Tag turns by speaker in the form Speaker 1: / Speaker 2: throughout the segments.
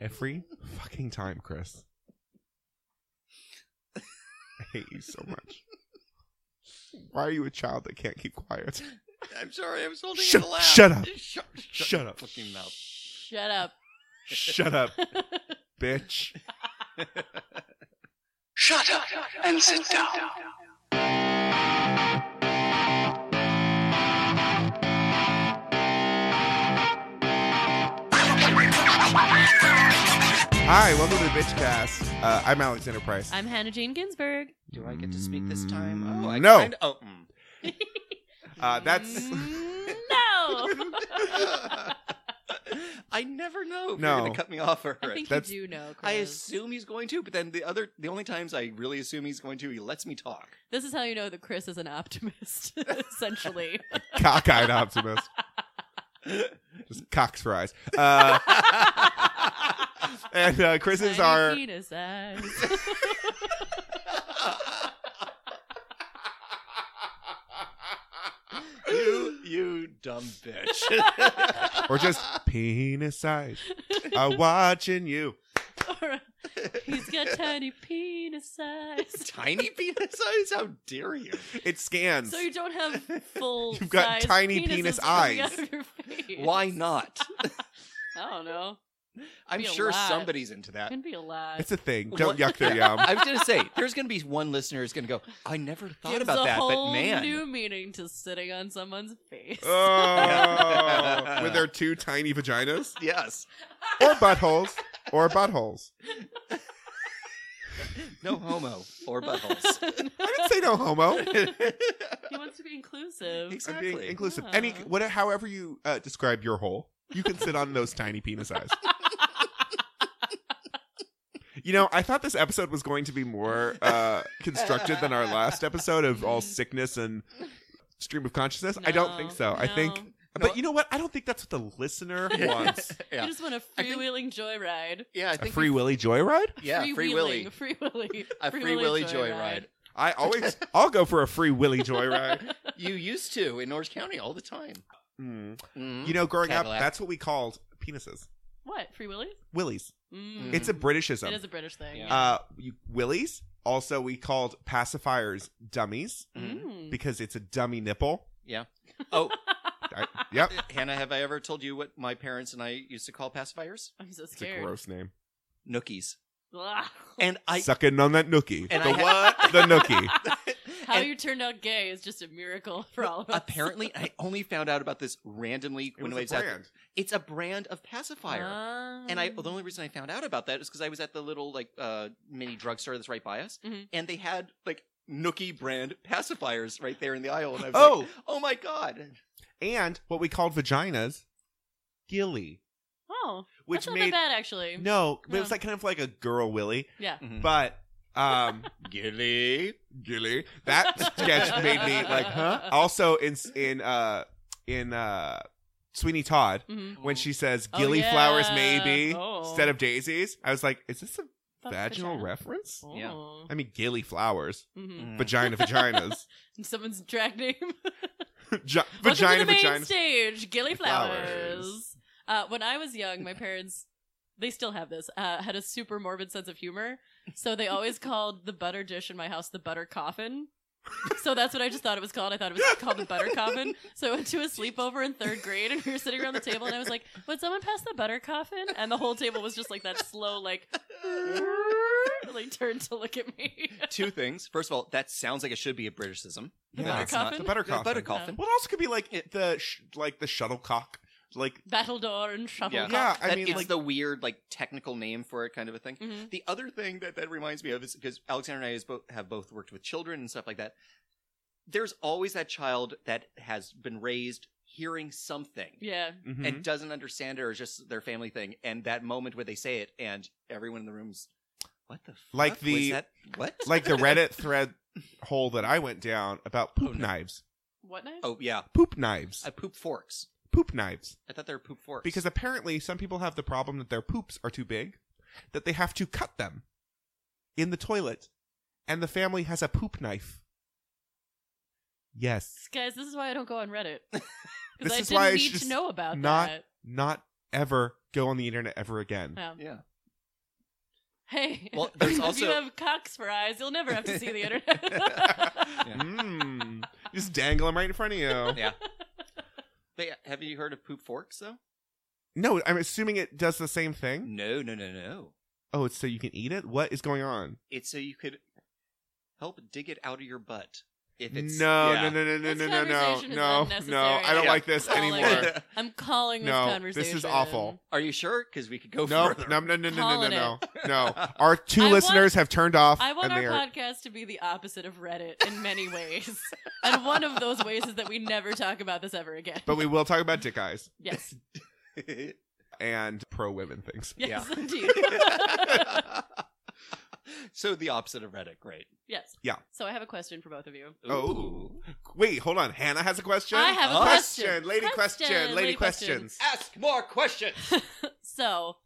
Speaker 1: every fucking time, Chris. I hate you so much. Why are you a child that can't keep quiet?
Speaker 2: I'm sorry, I was holding
Speaker 1: Shut-
Speaker 2: it aloud.
Speaker 1: shut up.
Speaker 2: Shut, shut,
Speaker 1: Shut up.
Speaker 2: your Fucking mouth.
Speaker 3: Shut up.
Speaker 1: Shut up, bitch.
Speaker 4: Shut up and sit down.
Speaker 1: Hi, welcome to Bitchcast. Uh, I'm Alexander Price.
Speaker 3: I'm Hannah Jane Ginsburg.
Speaker 2: Do I get to speak this time?
Speaker 1: Mm,
Speaker 2: Oh, I
Speaker 1: no.
Speaker 2: Kind of, oh, mm.
Speaker 1: Uh, that's
Speaker 3: no.
Speaker 2: I never know if
Speaker 1: No.
Speaker 2: you're going to cut me off or
Speaker 3: I think
Speaker 1: That's-
Speaker 3: you do know, Chris.
Speaker 2: I assume he's going to, but then the other, the only times I really assume he's going to, he lets me talk.
Speaker 3: This is how you know that Chris is an optimist, essentially.
Speaker 1: cockeyed optimist. Just cocks for eyes. Uh, and uh, Chris is
Speaker 3: Tiny
Speaker 1: our
Speaker 3: penis eyes.
Speaker 2: you, you dumb bitch.
Speaker 1: or just penis eyes are watching you.
Speaker 3: Or, He's got tiny penis eyes.
Speaker 2: Tiny penis eyes? How dare you?
Speaker 1: It scans.
Speaker 3: So you don't have full.
Speaker 1: You've got
Speaker 3: size
Speaker 1: tiny
Speaker 3: penises
Speaker 1: penis
Speaker 3: coming out
Speaker 1: eyes.
Speaker 3: of your face.
Speaker 2: Why not?
Speaker 3: I don't know.
Speaker 2: I'm
Speaker 3: Be a
Speaker 2: sure
Speaker 3: lot.
Speaker 2: somebody's into that.
Speaker 3: Can be a lot.
Speaker 1: it's a thing. Don't
Speaker 2: What?
Speaker 1: yuck their yum.
Speaker 2: I was gonna say, there's gonna be one listener who's gonna go, I never thought
Speaker 3: Gives
Speaker 2: about
Speaker 3: a
Speaker 2: that,
Speaker 3: whole
Speaker 2: but man.
Speaker 3: new meaning to sitting on someone's face.
Speaker 1: Oh, with their two tiny vaginas
Speaker 2: Yes.
Speaker 1: or buttholes or buttholes.
Speaker 2: No homo or buttholes.
Speaker 1: I didn't say no homo.
Speaker 3: he wants to be inclusive.
Speaker 1: I'm
Speaker 2: exactly.
Speaker 1: being inclusive. Any,
Speaker 3: Yeah.
Speaker 1: what, however you uh, describe your hole, you can sit on those tiny penis eyes. You know, I thought this episode was going to be more uh, constructed than our last episode of all sickness and stream of consciousness. I don't think
Speaker 3: No,
Speaker 1: so. I think,
Speaker 3: no.
Speaker 1: but you know what? I don't think that's what the listener wants.
Speaker 3: You
Speaker 2: yeah.
Speaker 3: just want a
Speaker 2: I think-
Speaker 3: freewheeling joyride.
Speaker 2: yeah, I
Speaker 1: A
Speaker 2: think
Speaker 1: free
Speaker 2: we-
Speaker 1: willy joyride?
Speaker 2: Yeah, free willy.
Speaker 3: Free Willy.
Speaker 2: A free willy joyride.
Speaker 1: I always, I'll go for a free willy joyride.
Speaker 2: You used to in Orange County all the time.
Speaker 1: Mm.
Speaker 2: Mhm.
Speaker 1: You know, growing up,
Speaker 2: Cadillac.
Speaker 1: that's what we called penises,
Speaker 3: What? Free Willy?
Speaker 1: willies.
Speaker 3: Mm.
Speaker 1: It's a Britishism.
Speaker 3: It is a British thing.
Speaker 2: Yeah.
Speaker 1: uh you, willies also we called pacifiers dummies
Speaker 2: Mhm.
Speaker 3: Mm.
Speaker 1: because it's a dummy nipple
Speaker 2: Oh,
Speaker 1: I, yep
Speaker 2: Hannah, have I ever told you what my parents and I used to call pacifiers?
Speaker 3: I'm so
Speaker 1: it's a
Speaker 3: scared.
Speaker 1: gross name
Speaker 2: Nookies.
Speaker 3: Blah.
Speaker 2: And I
Speaker 1: sucking on that nookie
Speaker 2: and
Speaker 1: the,
Speaker 2: I what?
Speaker 1: the nookie
Speaker 3: How
Speaker 2: And-
Speaker 3: you turned out gay is just a miracle for all of us.
Speaker 2: Apparently, I only found out about this randomly
Speaker 1: it
Speaker 2: when
Speaker 1: was
Speaker 2: I was
Speaker 1: a
Speaker 2: at the-
Speaker 1: brand
Speaker 2: It's a brand of pacifier.
Speaker 3: Ah.
Speaker 2: And I, the only reason I found out about that is because I was at the little like uh, mini drugstore that's right by us,
Speaker 3: Mhm.
Speaker 2: and they had like Nookie brand pacifiers right there in the aisle, and I was
Speaker 1: oh
Speaker 2: like, "Oh my god!"
Speaker 1: and what we called vaginas gilly
Speaker 3: oh,
Speaker 1: which
Speaker 3: that's not that
Speaker 1: made
Speaker 3: bad actually.
Speaker 1: no but it was
Speaker 3: No.
Speaker 1: like kind of like a girl willy
Speaker 3: Yeah.
Speaker 2: Mhm.
Speaker 1: but um
Speaker 2: Gilly,
Speaker 1: gilly that sketch made me like huh also in in uh in uh sweeney todd
Speaker 3: Mhm.
Speaker 1: when she says
Speaker 3: Oh,
Speaker 1: gilly
Speaker 3: yeah.
Speaker 1: flowers maybe
Speaker 3: Oh.
Speaker 1: instead of daisies. I was like, is this a
Speaker 3: That's
Speaker 1: vaginal
Speaker 3: vagina.
Speaker 1: reference?
Speaker 3: Oh.
Speaker 2: Yeah.
Speaker 1: I mean, gilly flowers,
Speaker 3: Mhm.
Speaker 2: Mhm.
Speaker 1: vagina, vaginas,
Speaker 3: Someone's drag name.
Speaker 1: Gi-
Speaker 3: Welcome
Speaker 1: vagina,
Speaker 3: to the main
Speaker 1: vaginas.
Speaker 3: stage, Gilly
Speaker 1: Flowers.
Speaker 3: Flowers. Uh, when I was young, my parents, they still have this, uh, had a super morbid sense of humor. So they always called the butter dish in my house the butter coffin. So that's what I just thought it was called. I thought it was called the butter coffin. So I went to a sleepover in third grade and we were sitting around the table and I was like, would someone pass the butter coffin? And the whole table was just like that slow, like, like turned to look at me.
Speaker 2: Two things. First of all, that sounds like it should be a Britishism.
Speaker 1: Yeah.
Speaker 2: But it's not.
Speaker 1: The
Speaker 3: Buttercoffin?
Speaker 1: butter
Speaker 2: Yeah,
Speaker 1: coffin.
Speaker 2: butter coffin.
Speaker 1: Well, it also could be like it- the sh- like the shuttlecock. Like,
Speaker 3: Battledore and shuttlecock.
Speaker 1: yeah, I
Speaker 2: That-
Speaker 1: mean,
Speaker 2: it's
Speaker 1: like,
Speaker 2: the weird, like, technical name for it, kind of a thing.
Speaker 3: Mhm.
Speaker 2: The other thing that that reminds me of is because Alexander and I has both, have both worked with children and stuff like that. There's always that child that has been raised hearing something
Speaker 3: Yeah.
Speaker 1: mhm.
Speaker 2: and doesn't understand it or it's just their family thing. And that moment where they say it and everyone in the room's, what the fuck
Speaker 1: Like
Speaker 2: was
Speaker 1: the-
Speaker 2: that? what?
Speaker 1: like the Reddit thread hole that I went down about poop
Speaker 2: Oh, no.
Speaker 1: knives,
Speaker 3: What knife?
Speaker 2: oh yeah,
Speaker 1: poop knives,
Speaker 2: I poop forks.
Speaker 1: poop knives.
Speaker 2: I thought they were poop forks
Speaker 1: Because apparently, some people have the problem that their poops are too big, that they have to cut them in the toilet, and the family has a poop knife. Yes,
Speaker 3: Guys, this is why I don't go on Reddit.
Speaker 1: This
Speaker 3: Because I
Speaker 1: is
Speaker 3: didn't
Speaker 1: why I
Speaker 3: need
Speaker 1: should
Speaker 3: to know about
Speaker 1: not-
Speaker 3: that.
Speaker 1: not ever go on the internet ever again.
Speaker 3: Yeah.
Speaker 2: yeah,
Speaker 3: Hey,
Speaker 2: Well, there's
Speaker 3: if you
Speaker 2: also-
Speaker 3: have cocks for eyes, you'll never have to see the internet.
Speaker 2: Yeah.
Speaker 1: Mm. Just dangle them right in front of you.
Speaker 2: yeah. But yeah, have you heard of poop forks though?
Speaker 1: No, I'm assuming it does the same thing.
Speaker 2: No, no, no, no.
Speaker 1: Oh, it's so you can eat it? What is going on?
Speaker 2: It's so you could help dig it out of your butt if it's
Speaker 1: No,
Speaker 2: yeah.
Speaker 1: no, no, no, no,
Speaker 3: This
Speaker 1: no, no, no,
Speaker 3: conversation is
Speaker 1: no,
Speaker 3: unnecessary.
Speaker 1: no. I don't
Speaker 2: Yeah.
Speaker 1: like this
Speaker 3: Calling.
Speaker 1: anymore.
Speaker 3: I'm calling this
Speaker 1: No, this
Speaker 3: conversation.
Speaker 1: is awful.
Speaker 2: Are you sure? Because we could go
Speaker 1: No,
Speaker 2: further.
Speaker 1: no, no, no, no, no, no,
Speaker 3: Calling
Speaker 1: no, no. Our two
Speaker 3: I want-
Speaker 1: listeners have turned off,
Speaker 3: I want
Speaker 1: and
Speaker 3: our
Speaker 1: they are.
Speaker 3: podcast to be the opposite of Reddit in many ways, and one of those ways is that we never talk about this ever again.
Speaker 1: But we will talk about dick eyes
Speaker 3: yes,
Speaker 1: and pro women things.
Speaker 3: yes,
Speaker 2: Yeah.
Speaker 3: indeed,
Speaker 2: so the opposite of Reddit, great.
Speaker 3: yes.
Speaker 1: Yeah.
Speaker 3: So I have a question for both of you.
Speaker 1: Oh. Wait, hold on. Hannah has a question.
Speaker 3: I have a
Speaker 2: Huh?
Speaker 3: question.
Speaker 1: Lady question. Lady questions.
Speaker 2: Ask more questions.
Speaker 3: So,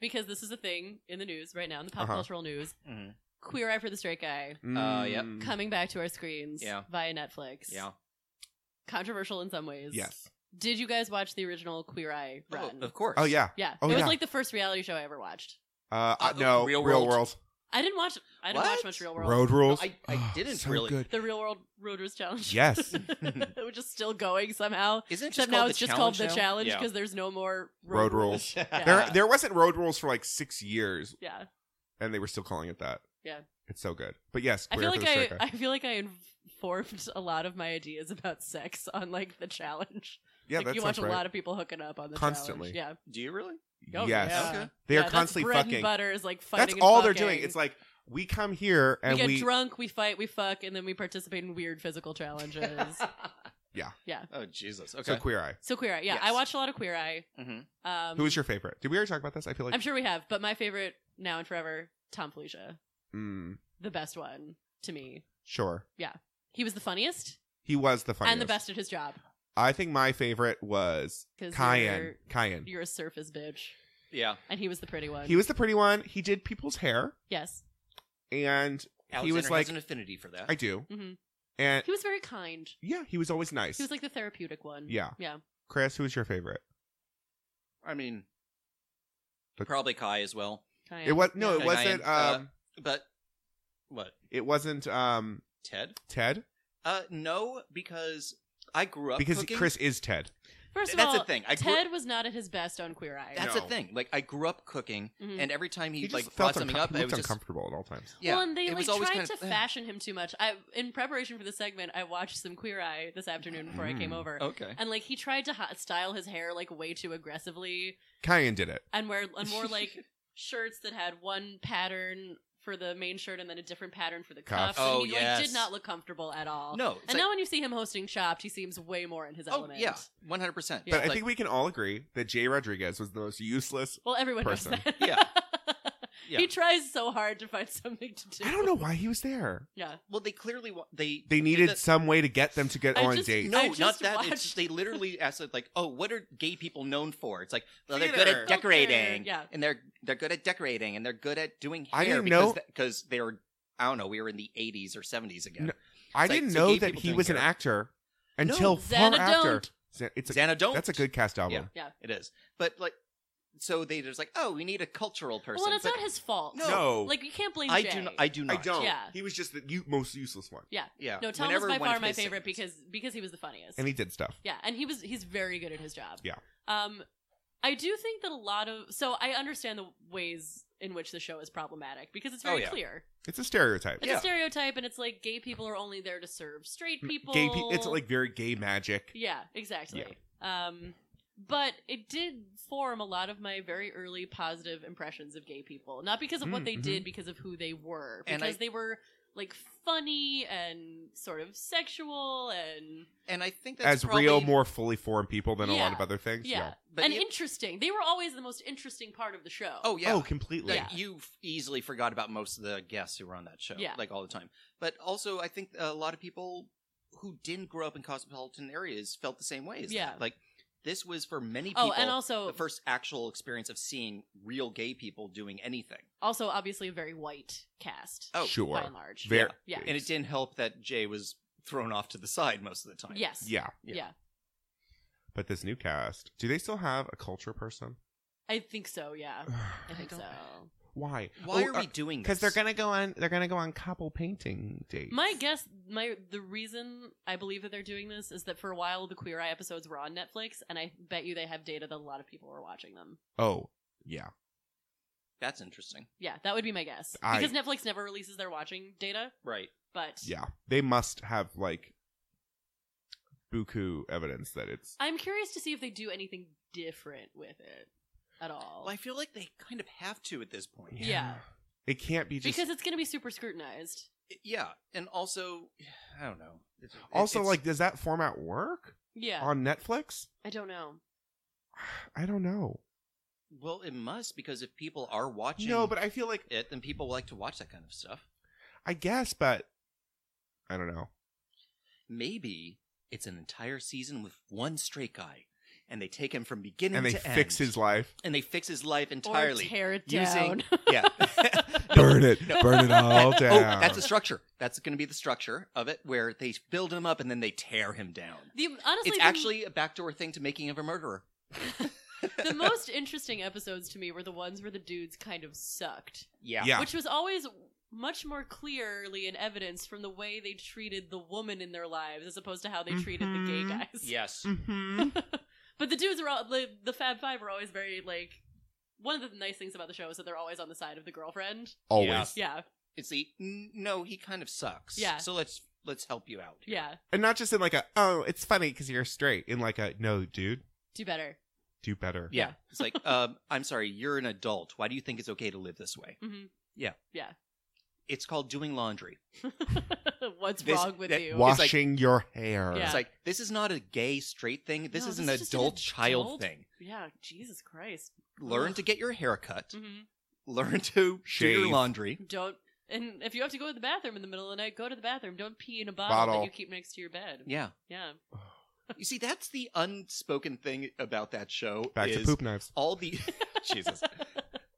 Speaker 3: because this is a thing in the news right now, in the pop
Speaker 1: Uh-huh.
Speaker 3: cultural news,
Speaker 2: Mhm.
Speaker 3: Queer Eye for the Straight Guy
Speaker 2: Uh, yeah.
Speaker 1: Mm.
Speaker 3: coming back to our screens
Speaker 2: Yeah.
Speaker 3: via Netflix.
Speaker 2: Yeah.
Speaker 3: Controversial in some ways.
Speaker 1: Yes.
Speaker 3: Did you guys watch the original Queer Eye
Speaker 2: Oh,
Speaker 3: run?
Speaker 2: of course.
Speaker 1: Oh yeah.
Speaker 3: Yeah.
Speaker 1: Oh,
Speaker 3: it was
Speaker 1: yeah.
Speaker 3: like the first reality show I ever watched.
Speaker 1: Uh, uh,
Speaker 2: Uh,
Speaker 1: no. Real
Speaker 2: Real
Speaker 1: world.
Speaker 2: World.
Speaker 3: I didn't watch I didn't watch
Speaker 2: What?
Speaker 3: much Real World.
Speaker 1: Road rules. Oh,
Speaker 2: I- I didn't
Speaker 1: so
Speaker 2: really.
Speaker 1: Good.
Speaker 3: The Real World Roaders Challenge.
Speaker 1: Yes.
Speaker 3: Which is still going somehow.
Speaker 2: Isn't it just
Speaker 3: Except now
Speaker 2: called
Speaker 3: it's
Speaker 2: the
Speaker 3: just called
Speaker 2: challenge
Speaker 3: the
Speaker 2: now?
Speaker 3: challenge
Speaker 2: Yeah.
Speaker 3: because there's no more
Speaker 1: Road rules.
Speaker 2: Yeah.
Speaker 1: There, there wasn't road rules for like six years,
Speaker 3: Yeah.
Speaker 1: and they were still calling it that.
Speaker 3: Yeah.
Speaker 1: It's so good. But yes,
Speaker 3: I
Speaker 1: queer
Speaker 3: feel like
Speaker 1: for the
Speaker 3: I,
Speaker 1: straight guy.
Speaker 3: I feel like I informed a lot of my ideas about sex on like the challenge.
Speaker 1: yeah,
Speaker 3: like
Speaker 1: that
Speaker 3: you
Speaker 1: sounds
Speaker 3: watch
Speaker 1: right.
Speaker 3: a lot of people hooking up on the
Speaker 1: Constantly.
Speaker 3: Challenge.
Speaker 2: Do you really?
Speaker 3: Yeah. Oh,
Speaker 1: yes,
Speaker 3: Yeah.
Speaker 2: Okay.
Speaker 1: they
Speaker 3: Yeah,
Speaker 1: are
Speaker 3: that's
Speaker 1: constantly
Speaker 3: bread
Speaker 1: fucking.
Speaker 3: And butter is like fighting.
Speaker 1: That's
Speaker 3: and
Speaker 1: all they're
Speaker 3: fucking.
Speaker 1: doing. It's like we come here and
Speaker 3: we get
Speaker 1: we.
Speaker 3: drunk, we fight, we fuck, and then we participate in weird physical challenges.
Speaker 1: Yeah.
Speaker 3: Yeah.
Speaker 2: Oh Jesus. Okay.
Speaker 1: So queer eye.
Speaker 3: so Queer Eye, yeah,
Speaker 2: Yes.
Speaker 3: I watch a lot of Queer Eye.
Speaker 2: hmm
Speaker 3: Um,
Speaker 1: Who is your favorite? Did we already talk about this? I feel like.
Speaker 3: I'm sure we have, but my favorite now and forever, Tom Felicia,
Speaker 1: Mm,
Speaker 3: the best one to me.
Speaker 1: sure.
Speaker 3: He was the funniest,
Speaker 1: He was the funniest.
Speaker 3: and the best at his job.
Speaker 1: I think my favorite was
Speaker 3: 'Cause
Speaker 1: Cayenne.
Speaker 3: you're-
Speaker 1: Cayenne.
Speaker 3: You're a surface bitch,
Speaker 2: Yeah.
Speaker 3: and he was the pretty one.
Speaker 1: He was the pretty one. He did people's hair,
Speaker 3: yes,
Speaker 1: and
Speaker 2: Alexander
Speaker 1: he was like,
Speaker 2: has an affinity for that.
Speaker 1: "I do."
Speaker 3: hmm
Speaker 1: And
Speaker 3: he was very kind.
Speaker 1: yeah, he was always nice.
Speaker 3: He was like the therapeutic one.
Speaker 1: yeah,
Speaker 3: yeah.
Speaker 1: Chris, who's your favorite?
Speaker 2: I mean,
Speaker 1: But-
Speaker 2: probably Kai as well.
Speaker 1: It was no,
Speaker 3: Yeah.
Speaker 1: it wasn't.
Speaker 2: Cayenne, uh,
Speaker 1: Um,
Speaker 2: But what?
Speaker 1: it wasn't. Um,
Speaker 2: Ted?
Speaker 1: Ted
Speaker 2: Uh, no, because I grew up
Speaker 1: because
Speaker 2: cooking.
Speaker 1: Chris is Ted.
Speaker 3: First of
Speaker 2: that's
Speaker 3: all,
Speaker 2: the thing. I grew,
Speaker 3: Ted was not at his best on Queer Eye.
Speaker 2: That's
Speaker 1: No.
Speaker 2: the thing. Like I grew up cooking,
Speaker 3: Mhm.
Speaker 2: and every time he,
Speaker 1: He just
Speaker 2: like
Speaker 1: felt
Speaker 2: brought something
Speaker 1: uncom-
Speaker 2: up,
Speaker 1: he
Speaker 2: I
Speaker 1: looked
Speaker 2: was just
Speaker 1: uncomfortable at all times.
Speaker 2: yeah.
Speaker 3: well, and they
Speaker 2: it
Speaker 3: like
Speaker 2: was always
Speaker 3: tried
Speaker 2: kind
Speaker 3: to
Speaker 2: of, eh.
Speaker 3: fashion him too much. I, in preparation for the segment, I watched some Queer Eye this afternoon before I came
Speaker 1: Mm.
Speaker 3: over,
Speaker 2: Okay.
Speaker 3: and like he tried to ha- style his hair like way too aggressively,
Speaker 1: Cayenne did it.
Speaker 3: and wear and more like shirts that had one pattern for the main shirt and then a different pattern for the
Speaker 1: Cuffs.
Speaker 3: cuffs.
Speaker 2: Oh,
Speaker 3: and he like,
Speaker 2: yes.
Speaker 3: did not look comfortable at all.
Speaker 2: No. It's
Speaker 3: And
Speaker 2: like,
Speaker 3: now when you see him hosting Chopped, he seems way more in his
Speaker 2: oh
Speaker 3: element.
Speaker 2: yeah, one hundred percent.
Speaker 1: But I think we can all agree that Jay Rodriguez was the most useless.
Speaker 3: Well, everyone knows
Speaker 1: Person.
Speaker 3: that.
Speaker 2: Yeah. Yeah.
Speaker 3: He tries so hard to find something to do.
Speaker 1: I don't know why he was there.
Speaker 3: Yeah.
Speaker 2: well, they clearly wa- they
Speaker 1: They needed
Speaker 2: that-
Speaker 1: some way to get them to get
Speaker 3: I
Speaker 1: on
Speaker 3: just-
Speaker 1: dates.
Speaker 2: No,
Speaker 3: I just
Speaker 2: not that. It's
Speaker 3: watched-
Speaker 2: just, they literally asked it, like, "Oh, what are gay people known for?" It's like well, they're good
Speaker 1: Theater.
Speaker 2: at decorating,
Speaker 3: Culture, yeah.
Speaker 2: and they're they're good at decorating, and they're good at doing hair
Speaker 1: I didn't know-
Speaker 2: because because they were I don't know we were in the '80s or '70s again.
Speaker 1: No, I
Speaker 2: It's like
Speaker 1: didn't
Speaker 2: two
Speaker 1: know
Speaker 2: gay
Speaker 1: that
Speaker 2: people
Speaker 1: he
Speaker 2: doing
Speaker 1: was an
Speaker 2: hair.
Speaker 1: actor until far
Speaker 3: Xana
Speaker 1: after.
Speaker 3: don't.
Speaker 1: Xana- It's a,
Speaker 2: Xana don't.
Speaker 1: that's a good cast album.
Speaker 2: Yeah. It is, but like, so they just like, "Oh, we need a cultural person."
Speaker 3: Well, and it's
Speaker 2: But
Speaker 3: not his fault.
Speaker 2: No.
Speaker 1: No.
Speaker 3: Like you can't blame
Speaker 2: I
Speaker 3: Jay.
Speaker 2: do. Not, I do not.
Speaker 1: I don't.
Speaker 3: Yeah.
Speaker 1: He was just the u- most useless one,
Speaker 2: Yeah.
Speaker 3: No, Tom
Speaker 2: Whenever
Speaker 3: was by
Speaker 2: one of
Speaker 3: far my
Speaker 2: his
Speaker 3: favorite
Speaker 2: segments-
Speaker 3: because because he was the funniest.
Speaker 1: and he did stuff.
Speaker 3: yeah, and he was he's very good at his job.
Speaker 1: Yeah.
Speaker 3: Um, I do think that a lot of so I understand the ways in which the show is problematic because it's very
Speaker 2: Oh, yeah.
Speaker 3: clear.
Speaker 1: It's a stereotype.
Speaker 3: It's
Speaker 2: Yeah.
Speaker 3: a stereotype, and it's like gay people are only there to serve straight people.
Speaker 1: Gay pe- it's like very gay magic.
Speaker 3: Yeah, exactly. Um, but it did form a lot of my very early positive impressions of gay people. Not because of
Speaker 1: Mm,
Speaker 3: what they
Speaker 1: mhm.
Speaker 3: did, because of who they were. Because
Speaker 2: Hmm, And I-
Speaker 3: they were like funny and sort of sexual and
Speaker 2: and I think that's
Speaker 1: As
Speaker 2: probably,
Speaker 1: real, more fully formed people than a lot
Speaker 3: Yeah.
Speaker 1: of other things.
Speaker 3: yeah,
Speaker 2: But
Speaker 3: and
Speaker 2: you-
Speaker 3: interesting. They were always the most interesting part of the show.
Speaker 2: Oh yeah.
Speaker 1: Oh, completely.
Speaker 2: Like
Speaker 3: Yeah.
Speaker 2: you f- easily forgot about most of the guests who were on that show,
Speaker 3: Yeah.
Speaker 2: like all the time. But also, I think a lot of people who didn't grow up in cosmopolitan areas felt the same way. As
Speaker 3: Yeah.
Speaker 2: that. like this was for many people
Speaker 3: oh, and also
Speaker 2: the first actual experience of seeing real gay people doing anything.
Speaker 3: also obviously a very white cast
Speaker 2: Oh,
Speaker 1: sure.
Speaker 3: by and large.
Speaker 1: Very.
Speaker 3: Yeah.
Speaker 2: and it didn't help that Jay was thrown off to the side most of the time.
Speaker 3: Yes.
Speaker 1: Yeah.
Speaker 3: yeah.
Speaker 2: Yeah.
Speaker 1: But this new cast, do they still have a culture person?
Speaker 3: I think so. Yeah. I think so.
Speaker 1: Why?
Speaker 2: Why are we doing this?
Speaker 1: Because Oh, uh, they're gonna go on. They're gonna go on couple painting dates.
Speaker 3: My guess, my the reason I believe that they're doing this is that for a while the Queer Eye episodes were on Netflix, and I bet you they have data that a lot of people were watching them.
Speaker 1: Oh yeah.
Speaker 2: That's interesting.
Speaker 3: Yeah, that would be my guess
Speaker 1: I-
Speaker 3: because Netflix never releases their watching data,
Speaker 2: Right.
Speaker 3: but
Speaker 1: Yeah, they must have like buku evidence that it's
Speaker 3: I'm curious to see if they do anything different with it at all.
Speaker 2: Well, I feel like they kind of have to at this point.
Speaker 3: Yeah.
Speaker 1: It can't be just
Speaker 3: because it's going to be super scrutinized.
Speaker 2: Yeah, and also, I don't know. It's- it-
Speaker 1: also
Speaker 2: it's-
Speaker 1: like does that format work
Speaker 3: Yeah,
Speaker 1: on Netflix?
Speaker 3: I don't know.
Speaker 1: I don't know.
Speaker 2: well, it must because if people are watching,
Speaker 1: No, but I feel like
Speaker 2: it, then people like to watch that kind of stuff.
Speaker 1: I guess, but I don't know.
Speaker 2: Maybe it's an entire season with one straight guy, and they take him from beginning
Speaker 1: And they
Speaker 2: to
Speaker 1: fix
Speaker 2: end,
Speaker 1: his life.
Speaker 2: and they fix his life
Speaker 3: or
Speaker 2: entirely.
Speaker 3: tear it
Speaker 2: using-
Speaker 3: down.
Speaker 2: yeah,
Speaker 1: Burn it,
Speaker 2: No.
Speaker 1: burn it all
Speaker 2: Oh,
Speaker 1: down.
Speaker 2: that's a structure. That's going to be the structure of it, where they build him up and then they tear him down.
Speaker 3: the, honestly,
Speaker 2: it's
Speaker 3: the-
Speaker 2: actually a backdoor thing to making of a murderer.
Speaker 3: the most interesting episodes to me were the ones where the dudes kind of sucked.
Speaker 2: Yeah.
Speaker 1: Yeah.
Speaker 3: which was always much more clearly in evidence from the way they treated the woman in their lives as opposed to how they treated the gay
Speaker 1: Mhm.
Speaker 3: guys.
Speaker 2: Yes.
Speaker 1: Mhm.
Speaker 3: But the dudes are all the, the Fab Five are always very like one of the nice things about the show is that they're always on the side of the girlfriend.
Speaker 1: Always.
Speaker 3: Yeah,
Speaker 2: It's the "N- no, he kind of sucks.
Speaker 3: Yeah.
Speaker 2: So let's let's help you out.
Speaker 3: yeah.
Speaker 1: And not just in like a, oh, it's funny because you're straight. In like a, no, dude,
Speaker 3: Do better.
Speaker 1: do better.
Speaker 2: Yeah. It's like, um, I'm sorry, you're an adult. Why do you think it's okay to live this way?
Speaker 3: Mhm.
Speaker 2: It's called doing laundry.
Speaker 3: What's
Speaker 2: This-
Speaker 3: wrong with
Speaker 2: that-
Speaker 3: you?
Speaker 2: Wha-
Speaker 1: Washing your hair.
Speaker 3: Yeah.
Speaker 2: It's like this is not a gay straight thing. This
Speaker 3: No,
Speaker 2: is
Speaker 3: this
Speaker 2: an
Speaker 3: is just an
Speaker 2: adult child
Speaker 3: adult-
Speaker 2: thing.
Speaker 3: yeah, Jesus Christ.
Speaker 2: Learn
Speaker 3: Ugh.
Speaker 2: to get your hair cut.
Speaker 3: hmm
Speaker 2: Learn to do
Speaker 1: Shave.
Speaker 2: your laundry.
Speaker 3: Don't. And if you have to go to the bathroom in the middle of the night, go to the bathroom. Don't pee in a bottle,
Speaker 1: Bottle.
Speaker 3: that you keep next to your bed.
Speaker 2: Yeah.
Speaker 3: Yeah.
Speaker 2: You see, that's the unspoken thing about that show.
Speaker 1: Back
Speaker 2: is
Speaker 1: to poop knives.
Speaker 2: All the Jesus.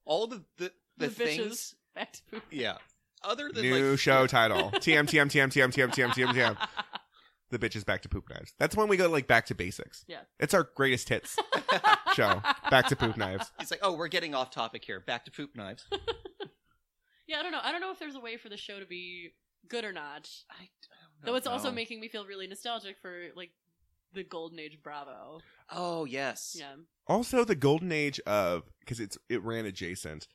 Speaker 2: All the the, the,
Speaker 3: The
Speaker 2: things.
Speaker 3: bitches. Back to poop.
Speaker 2: Yeah. Other than
Speaker 1: New
Speaker 2: like,
Speaker 1: show title. TM, TM, TM, TM, TM, TM, TM, TM. The bitch is back to poop knives. That's when we go like back to basics.
Speaker 3: Yeah.
Speaker 1: It's our greatest hits show. Back to poop knives.
Speaker 2: It's like, oh, we're getting off topic here. Back to poop knives.
Speaker 3: Yeah, I don't know. I don't know if there's a way for the show to be good or not.
Speaker 2: I don't
Speaker 3: Though it's also
Speaker 2: know.
Speaker 3: making me feel really nostalgic for like the golden age of Bravo.
Speaker 2: Oh yes.
Speaker 3: Yeah.
Speaker 1: Also, the golden age of because it's it ran adjacent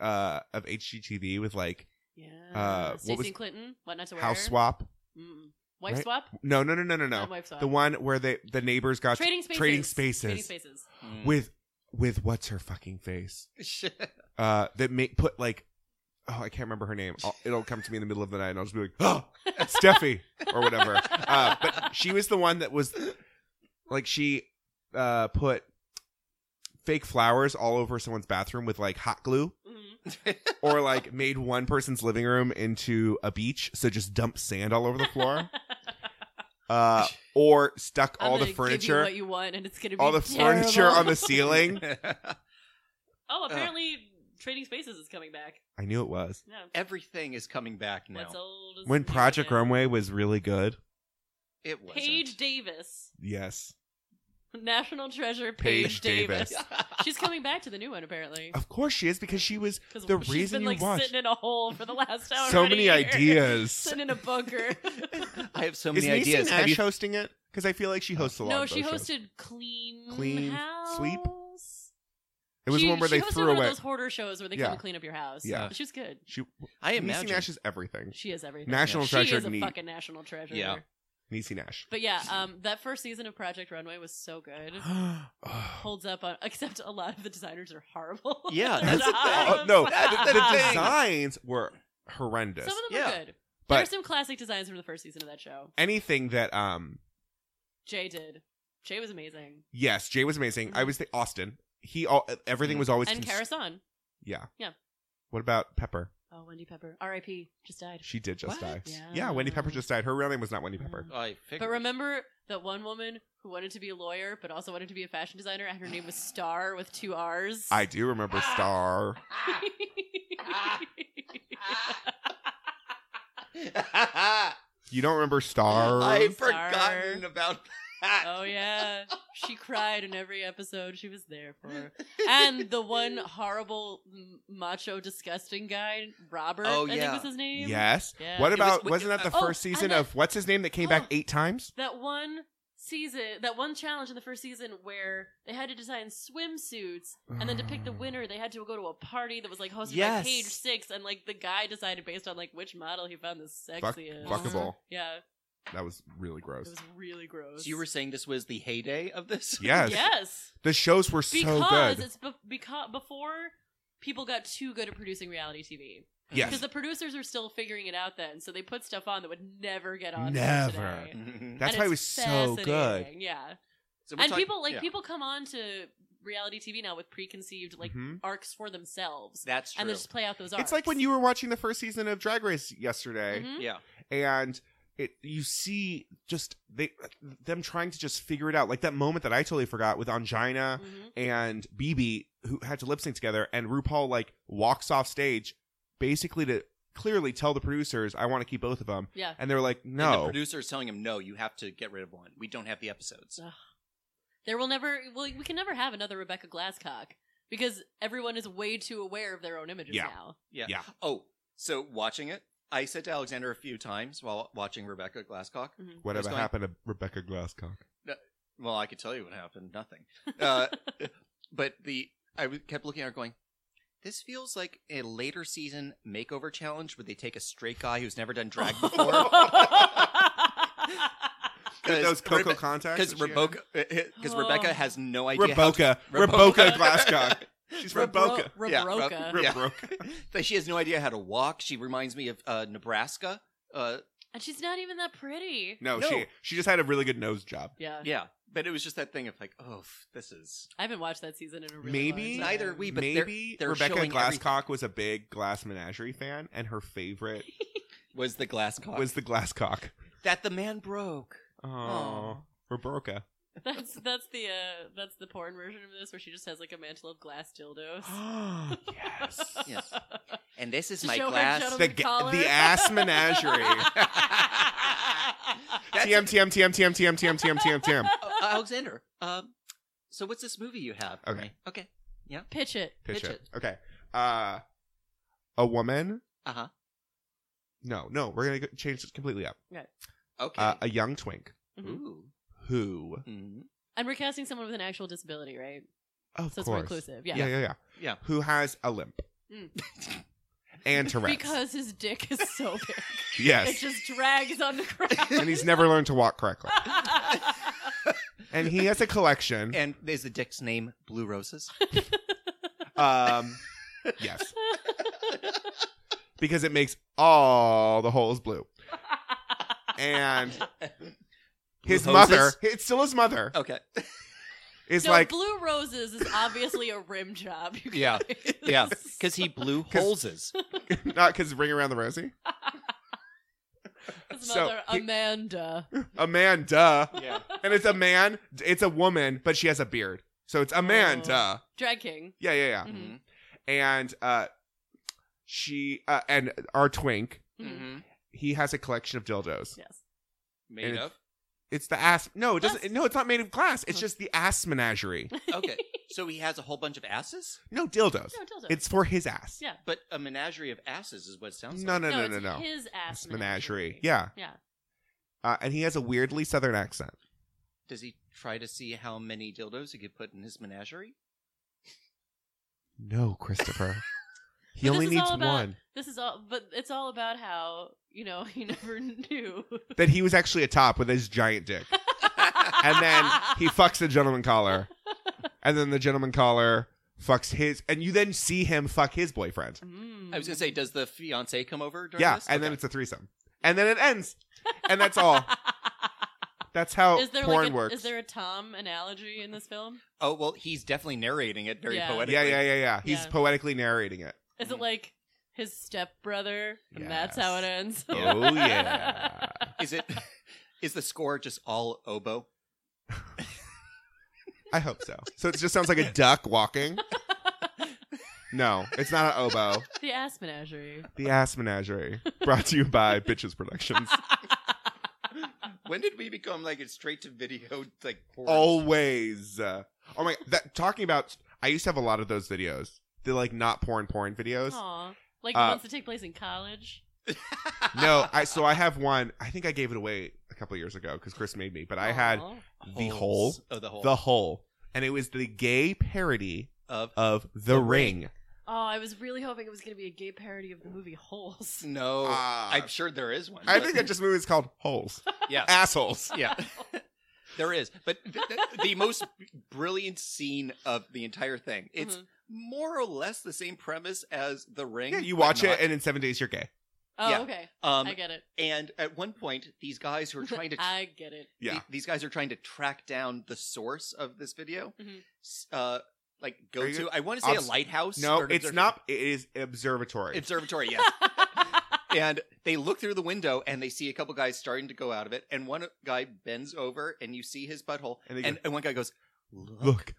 Speaker 1: uh of HGTV with like
Speaker 3: Yeah.
Speaker 1: Uh, what
Speaker 3: Stacey
Speaker 1: was-
Speaker 3: Clinton, what not to wear.
Speaker 1: house swap.
Speaker 3: Mm. Wife
Speaker 1: Right?
Speaker 3: swap?
Speaker 1: No, no, no, no, no,
Speaker 3: Not
Speaker 1: no.
Speaker 3: wife swap.
Speaker 1: The one where they the neighbors got
Speaker 3: Oh, trading spaces.
Speaker 1: Trading Spaces.
Speaker 3: Trading spaces.
Speaker 2: Mm.
Speaker 1: with with what's her fucking face. uh, that make put like oh I can't remember her name. I'll, it'll come to me in the middle of the night, and I'll just be like, oh, Steffi or whatever. Uh, but she was the one that was like she uh, put fake flowers all over someone's bathroom with like hot glue,
Speaker 3: Mhm.
Speaker 1: or like made one person's living room into a beach, so just dump sand all over the floor. Uh, or stuck
Speaker 3: I'm
Speaker 1: all the
Speaker 3: gonna Give you
Speaker 1: furniture,
Speaker 3: what you want, and it's gonna be
Speaker 1: all the
Speaker 3: terrible.
Speaker 1: furniture on the ceiling.
Speaker 3: Oh, apparently, Trading Spaces is coming back.
Speaker 1: I knew it was
Speaker 3: No,
Speaker 2: Everything is coming back now.
Speaker 3: what's old? Is
Speaker 1: when
Speaker 3: new
Speaker 1: Project
Speaker 3: again.
Speaker 1: Runway was really good.
Speaker 2: It was
Speaker 3: Paige Davis,
Speaker 1: Yes.
Speaker 3: National Treasure
Speaker 1: Paige
Speaker 3: Paige,
Speaker 1: Davis.
Speaker 3: Davis. She's coming back to the new one apparently.
Speaker 1: Of course she is because she was
Speaker 3: 'Cause
Speaker 1: the
Speaker 3: she's
Speaker 1: reason
Speaker 3: been,
Speaker 1: you
Speaker 3: like,
Speaker 1: watched-
Speaker 3: sitting in a hole for the last hour.
Speaker 1: so many ideas.
Speaker 3: sitting in a bunker.
Speaker 2: I have so
Speaker 1: is
Speaker 2: many
Speaker 1: Niecy
Speaker 2: ideas. Have
Speaker 1: Nash
Speaker 2: you-
Speaker 1: hosting it? Because I feel like she hosts a lot.
Speaker 3: no,
Speaker 1: of
Speaker 3: she
Speaker 1: those shows.
Speaker 3: hosted Clean
Speaker 1: Clean
Speaker 3: House.
Speaker 1: Sweep? It was
Speaker 3: she,
Speaker 1: one where
Speaker 3: she
Speaker 1: they
Speaker 3: hosted
Speaker 1: threw
Speaker 3: one
Speaker 1: away.
Speaker 3: Of those hoarder shows where they
Speaker 1: Yeah.
Speaker 3: come and clean up your house.
Speaker 1: Yeah.
Speaker 3: she's good.
Speaker 1: She
Speaker 2: I
Speaker 1: Niecy
Speaker 2: imagine.
Speaker 1: Nash is everything.
Speaker 3: She is everything.
Speaker 1: National
Speaker 3: she
Speaker 1: treasure
Speaker 3: is a
Speaker 1: neat.
Speaker 3: fucking national treasure.
Speaker 2: Yeah.
Speaker 1: Niecy Nash.
Speaker 3: But yeah, um, that first season of Project Runway was so good.
Speaker 1: oh,
Speaker 3: Holds up on, except a lot of the designers are horrible.
Speaker 2: Yeah,
Speaker 3: Their
Speaker 2: that's the thing.
Speaker 3: jobs.
Speaker 1: Oh, no,
Speaker 2: That's
Speaker 1: the, the
Speaker 2: thing.
Speaker 1: designs were horrendous.
Speaker 3: Some of them
Speaker 2: Yeah.
Speaker 3: are good. there are
Speaker 1: but
Speaker 3: some classic designs from the first season of that show.
Speaker 1: anything that um
Speaker 3: Jay did. Jay was amazing.
Speaker 1: yes, Jay was amazing. I
Speaker 3: Mhm.
Speaker 1: was the Austin. He all everything was always
Speaker 3: Mm-hmm. and
Speaker 1: cons-
Speaker 3: Karasan.
Speaker 1: Yeah.
Speaker 3: Yeah.
Speaker 1: What about Pepper?
Speaker 3: Oh, Wendy Pepper. R.I.P. Just died.
Speaker 1: She did just
Speaker 2: What?
Speaker 1: die.
Speaker 3: Yeah. Mm.
Speaker 1: Wendy Pepper just died. Her real name was not Wendy Pepper.
Speaker 2: Oh, I figured.
Speaker 3: But remember that one woman who wanted to be a lawyer but also wanted to be a fashion designer and her name was Star with two R's?
Speaker 1: I do remember
Speaker 3: Ah.
Speaker 1: Star. You don't remember Star?
Speaker 2: I've
Speaker 3: Sorry.
Speaker 2: forgotten about
Speaker 3: Oh yeah, she cried in every episode. She was there for, her. Oh, and the one horrible m- macho, disgusting guy, Robert.
Speaker 2: Oh,
Speaker 3: I think
Speaker 2: yeah.
Speaker 3: was his name.
Speaker 1: Yes.
Speaker 3: Yeah.
Speaker 1: What
Speaker 2: It was
Speaker 1: about
Speaker 2: wi-
Speaker 1: was, not that the
Speaker 3: oh,
Speaker 1: first
Speaker 3: and
Speaker 1: season
Speaker 3: that-
Speaker 1: of what's his name that came back
Speaker 3: Oh.
Speaker 1: eight times?
Speaker 3: That one season, that one challenge in the first season where they had to design swimsuits, and then to pick the winner, they had to go to a party that was like hosted
Speaker 2: Yes.
Speaker 3: by Page Six, and like the guy decided based on like which model he found the sexiest.
Speaker 1: Fuck, fuckable.
Speaker 3: Yeah,
Speaker 1: That was really
Speaker 3: it
Speaker 1: gross.
Speaker 3: was really gross.
Speaker 2: So you were saying this was the heyday of this?
Speaker 1: Yes.
Speaker 3: yes.
Speaker 1: The shows were so
Speaker 3: because
Speaker 1: good.
Speaker 3: it's be- because before people got too good at producing reality TV.
Speaker 1: Yes.
Speaker 3: Because the producers are still figuring it out then, so they put stuff on that would never get on. for
Speaker 1: Never.
Speaker 3: today.
Speaker 2: Mhm.
Speaker 1: That's
Speaker 3: And
Speaker 1: why it was
Speaker 3: it's
Speaker 1: so good.
Speaker 3: fascinating, Yeah,
Speaker 2: So we're
Speaker 3: and
Speaker 2: talk-
Speaker 3: people like
Speaker 2: yeah.
Speaker 3: people come on to reality TV now with preconceived like
Speaker 1: Mhm.
Speaker 3: arcs for themselves,
Speaker 2: That's true.
Speaker 3: and they just play out those arcs.
Speaker 1: It's like when you were watching the first season of Drag Race yesterday,
Speaker 3: Mhm.
Speaker 2: yeah.
Speaker 1: and it you see just they them trying to just figure it out. Like that moment that I totally forgot with Angina
Speaker 3: Mhm.
Speaker 1: and BB who had to lip sync together, and RuPaul like walks off stage basically to clearly tell the producers, "I want to keep both of them,"
Speaker 3: Yeah.
Speaker 1: and they're like,
Speaker 2: And the
Speaker 1: "No."
Speaker 2: producer is telling him, no, you have to get rid of one. We don't have the episodes.
Speaker 3: There will never, well, we can never have another Rebecca Glasscock because everyone is way too aware of their own images
Speaker 1: Yeah.
Speaker 3: now.
Speaker 2: Yeah.
Speaker 1: Yeah.
Speaker 2: Oh, so watching it, I said to Alexander a few times while watching Rebecca Glasscock.
Speaker 3: Mm-hmm.
Speaker 2: What's
Speaker 1: Whatever
Speaker 2: going-
Speaker 1: happened to Rebecca Glasscock?
Speaker 2: Well, I could tell you what happened. Nothing. Uh, but the I w- kept looking at her going, this feels like a later season makeover challenge where they take a straight guy who's never done drag before.
Speaker 1: With those Coco
Speaker 2: Rebe-
Speaker 1: contacts.
Speaker 2: Because
Speaker 1: that she
Speaker 2: Rebecca, because
Speaker 3: Oh.
Speaker 2: uh, Rebecca has no
Speaker 1: had?
Speaker 2: idea. how to-
Speaker 1: Rebecca, Rebecca Glasscock. She's Rebecca.
Speaker 3: Rebro-
Speaker 2: Yeah,
Speaker 3: Rebroca.
Speaker 2: Re- Yeah.
Speaker 1: Rebecca.
Speaker 2: That she has no idea how to walk. She reminds me of uh, Nebraska. Uh,
Speaker 3: And she's not even that pretty.
Speaker 1: No,
Speaker 2: No.
Speaker 1: she she just had a really good nose job.
Speaker 3: Yeah.
Speaker 2: yeah, but it was just that thing of like, oh, f- this is
Speaker 3: I haven't watched that season in a really
Speaker 1: Maybe-
Speaker 3: long time.
Speaker 2: neither we, but they're-
Speaker 1: Maybe
Speaker 2: they're
Speaker 1: Rebecca
Speaker 2: showing everything.
Speaker 1: Glasscock was a big Glass Menagerie fan, and her favorite
Speaker 2: was the glass cock
Speaker 1: was the Glasscock.
Speaker 2: that the man broke.
Speaker 1: Oh, Rebecca.
Speaker 3: That's that's the uh, that's the porn version of this where she just has like a mantle of glass dildos.
Speaker 1: yes.
Speaker 2: Yes. And this is
Speaker 3: To
Speaker 2: my
Speaker 3: show her
Speaker 2: glass.
Speaker 3: gentleman
Speaker 1: The ga-
Speaker 3: collar.
Speaker 1: the ass menagerie.
Speaker 2: That's-
Speaker 1: TM TM TM TM TM TM TM TM TM.
Speaker 2: Uh, Alexander, um, so what's this movie you have? for
Speaker 1: Okay.
Speaker 2: me? Okay.
Speaker 3: Pitch it.
Speaker 1: Pitch
Speaker 2: Pitch
Speaker 1: it. Okay. Uh, a woman.
Speaker 2: Uh huh.
Speaker 1: No, no, we're gonna go- change this completely up.
Speaker 2: Okay.
Speaker 1: Uh, a young twink
Speaker 3: Mhm.
Speaker 2: Ooh.
Speaker 1: who,
Speaker 2: Mhm.
Speaker 3: And we're casting someone with an actual disability, right?
Speaker 1: of
Speaker 3: So it's more
Speaker 1: course,
Speaker 3: inclusive.
Speaker 1: Yeah.
Speaker 3: Yeah.
Speaker 1: yeah, yeah,
Speaker 2: Yeah.
Speaker 1: who has a limp
Speaker 3: Mm.
Speaker 1: and Tourette's.
Speaker 3: Because his dick is so big. It
Speaker 1: yes,
Speaker 3: just drags on the ground.
Speaker 1: and he's never learned to walk correctly, and he has a collection.
Speaker 2: And is the dick's name Blue Roses?
Speaker 1: Um, yes, because it makes all the holes blue, and his
Speaker 2: Blue hoses?
Speaker 1: mother, it's still his mother,
Speaker 2: Okay.
Speaker 1: is
Speaker 3: no,
Speaker 1: like
Speaker 3: blue roses is obviously a rim job. You
Speaker 2: Yeah.
Speaker 3: guys.
Speaker 2: Yeah. Because he blew
Speaker 1: 'Cause-
Speaker 2: holes.
Speaker 1: not because ring around the rosy.
Speaker 3: his
Speaker 1: so
Speaker 3: mother
Speaker 1: he-
Speaker 3: Amanda.
Speaker 1: A man, duh.
Speaker 2: Yeah.
Speaker 1: And it's a man, it's a woman, but she has a beard. So it's Amanda.
Speaker 3: Drag King.
Speaker 1: Yeah, yeah,
Speaker 2: Uh-huh.
Speaker 1: yeah.
Speaker 2: Mm-hmm.
Speaker 3: Mhm.
Speaker 1: And uh she uh and our twink,
Speaker 2: Mm-hmm.
Speaker 3: Mhm.
Speaker 1: he has a collection of dildos.
Speaker 3: Yes.
Speaker 2: Made
Speaker 1: And
Speaker 2: of.
Speaker 1: It's the ass No, it doesn't
Speaker 3: Glass.
Speaker 1: no, it's not made of glass. It's
Speaker 3: Oh.
Speaker 1: just the ass menagerie.
Speaker 2: Okay. So he has a whole bunch of asses,
Speaker 1: No dildos.
Speaker 3: No, dildo.
Speaker 1: It's for his ass.
Speaker 3: yeah.
Speaker 2: but a menagerie of asses is what it sounds
Speaker 1: No,
Speaker 2: like.
Speaker 1: no, no,
Speaker 3: it's
Speaker 1: no, no.
Speaker 3: His ass
Speaker 1: Ass menagerie. Yeah.
Speaker 3: Yeah.
Speaker 1: Uh, and he has a weirdly southern accent.
Speaker 2: Does he try to see how many dildos he could put in his menagerie?
Speaker 1: No, Christopher. he
Speaker 3: But
Speaker 1: only
Speaker 3: this is all
Speaker 1: needs
Speaker 3: about-
Speaker 1: one.
Speaker 3: This is all, but it's all about how you know he never knew.
Speaker 1: That he was actually a top with his giant dick. and then he fucks the gentleman caller, and then the gentleman caller fucks his, and you then see him fuck his boyfriend.
Speaker 3: Mm.
Speaker 2: I was gonna say, does the fiance come over? During
Speaker 1: Yeah,
Speaker 2: this?
Speaker 1: and then
Speaker 2: Okay.
Speaker 1: it's a threesome, and then it ends, and that's all. That's how
Speaker 3: Is there
Speaker 1: porn
Speaker 3: like a,
Speaker 1: works.
Speaker 3: is there a Tom analogy in this film?
Speaker 2: oh well, he's definitely narrating it very
Speaker 3: Yeah.
Speaker 2: poetically.
Speaker 1: yeah, yeah, yeah, yeah. He's
Speaker 3: Yeah.
Speaker 1: poetically narrating it.
Speaker 3: Is it
Speaker 2: Mhm.
Speaker 3: like his stepbrother? And that's
Speaker 1: Mm. Yes.
Speaker 3: how it ends.
Speaker 2: Yeah.
Speaker 1: Oh yeah.
Speaker 2: Is it? Is the score just all oboe?
Speaker 1: I hope so. So it just sounds like a duck walking. No, it's not an oboe.
Speaker 3: the ass menagerie.
Speaker 1: The Ass Menagerie, brought to you by Bitches Productions.
Speaker 2: When did we become like a straight to video like porn?
Speaker 1: Oh, Always. Uh, oh my! That talking about. I used to have a lot of those videos. They're like not porn porn videos.
Speaker 3: Aw. Like
Speaker 1: Uh,
Speaker 3: ones that take place in college.
Speaker 1: No, I so I have one. I think I gave it away a couple years ago because Chris made me. But I had
Speaker 3: Aw.
Speaker 1: The Hole.
Speaker 2: Oh, the hole.
Speaker 1: the whole, and it was the gay parody
Speaker 2: of
Speaker 1: of The,
Speaker 2: The Ring.
Speaker 1: Ring.
Speaker 3: Oh, I was really hoping it was going to be a gay parody of the movie Holes.
Speaker 2: no.
Speaker 1: Ah.
Speaker 2: I'm sure there is one.
Speaker 1: I
Speaker 2: but-
Speaker 1: think that just movie is called Holes.
Speaker 2: yeah.
Speaker 1: Assholes.
Speaker 2: yeah. there is. But th- th- the most brilliant scene of the entire thing. It's
Speaker 3: Mhm.
Speaker 2: more or less the same premise as The Ring.
Speaker 1: Yeah, you
Speaker 2: but
Speaker 1: watch
Speaker 2: not.
Speaker 1: it, and in seven days you're gay.
Speaker 3: Oh,
Speaker 2: Yeah.
Speaker 3: okay.
Speaker 2: um,
Speaker 3: I get it.
Speaker 2: and at one point, these guys who are trying to
Speaker 3: I get it.
Speaker 1: Yeah.
Speaker 2: the- these guys are trying to track down the source of this video.
Speaker 3: Mhm.
Speaker 2: S- Uh, like go
Speaker 1: Are you-
Speaker 2: to I want to say a
Speaker 1: Obs-
Speaker 2: lighthouse.
Speaker 1: No,
Speaker 2: or an
Speaker 1: it's
Speaker 2: observ-
Speaker 1: not. It is observatory.
Speaker 2: observatory. Yes, and they look through the window and they see a couple guys starting to go out of it, and one guy bends over and you see his butthole,
Speaker 1: And they go-
Speaker 2: and, and one guy goes,
Speaker 1: Look,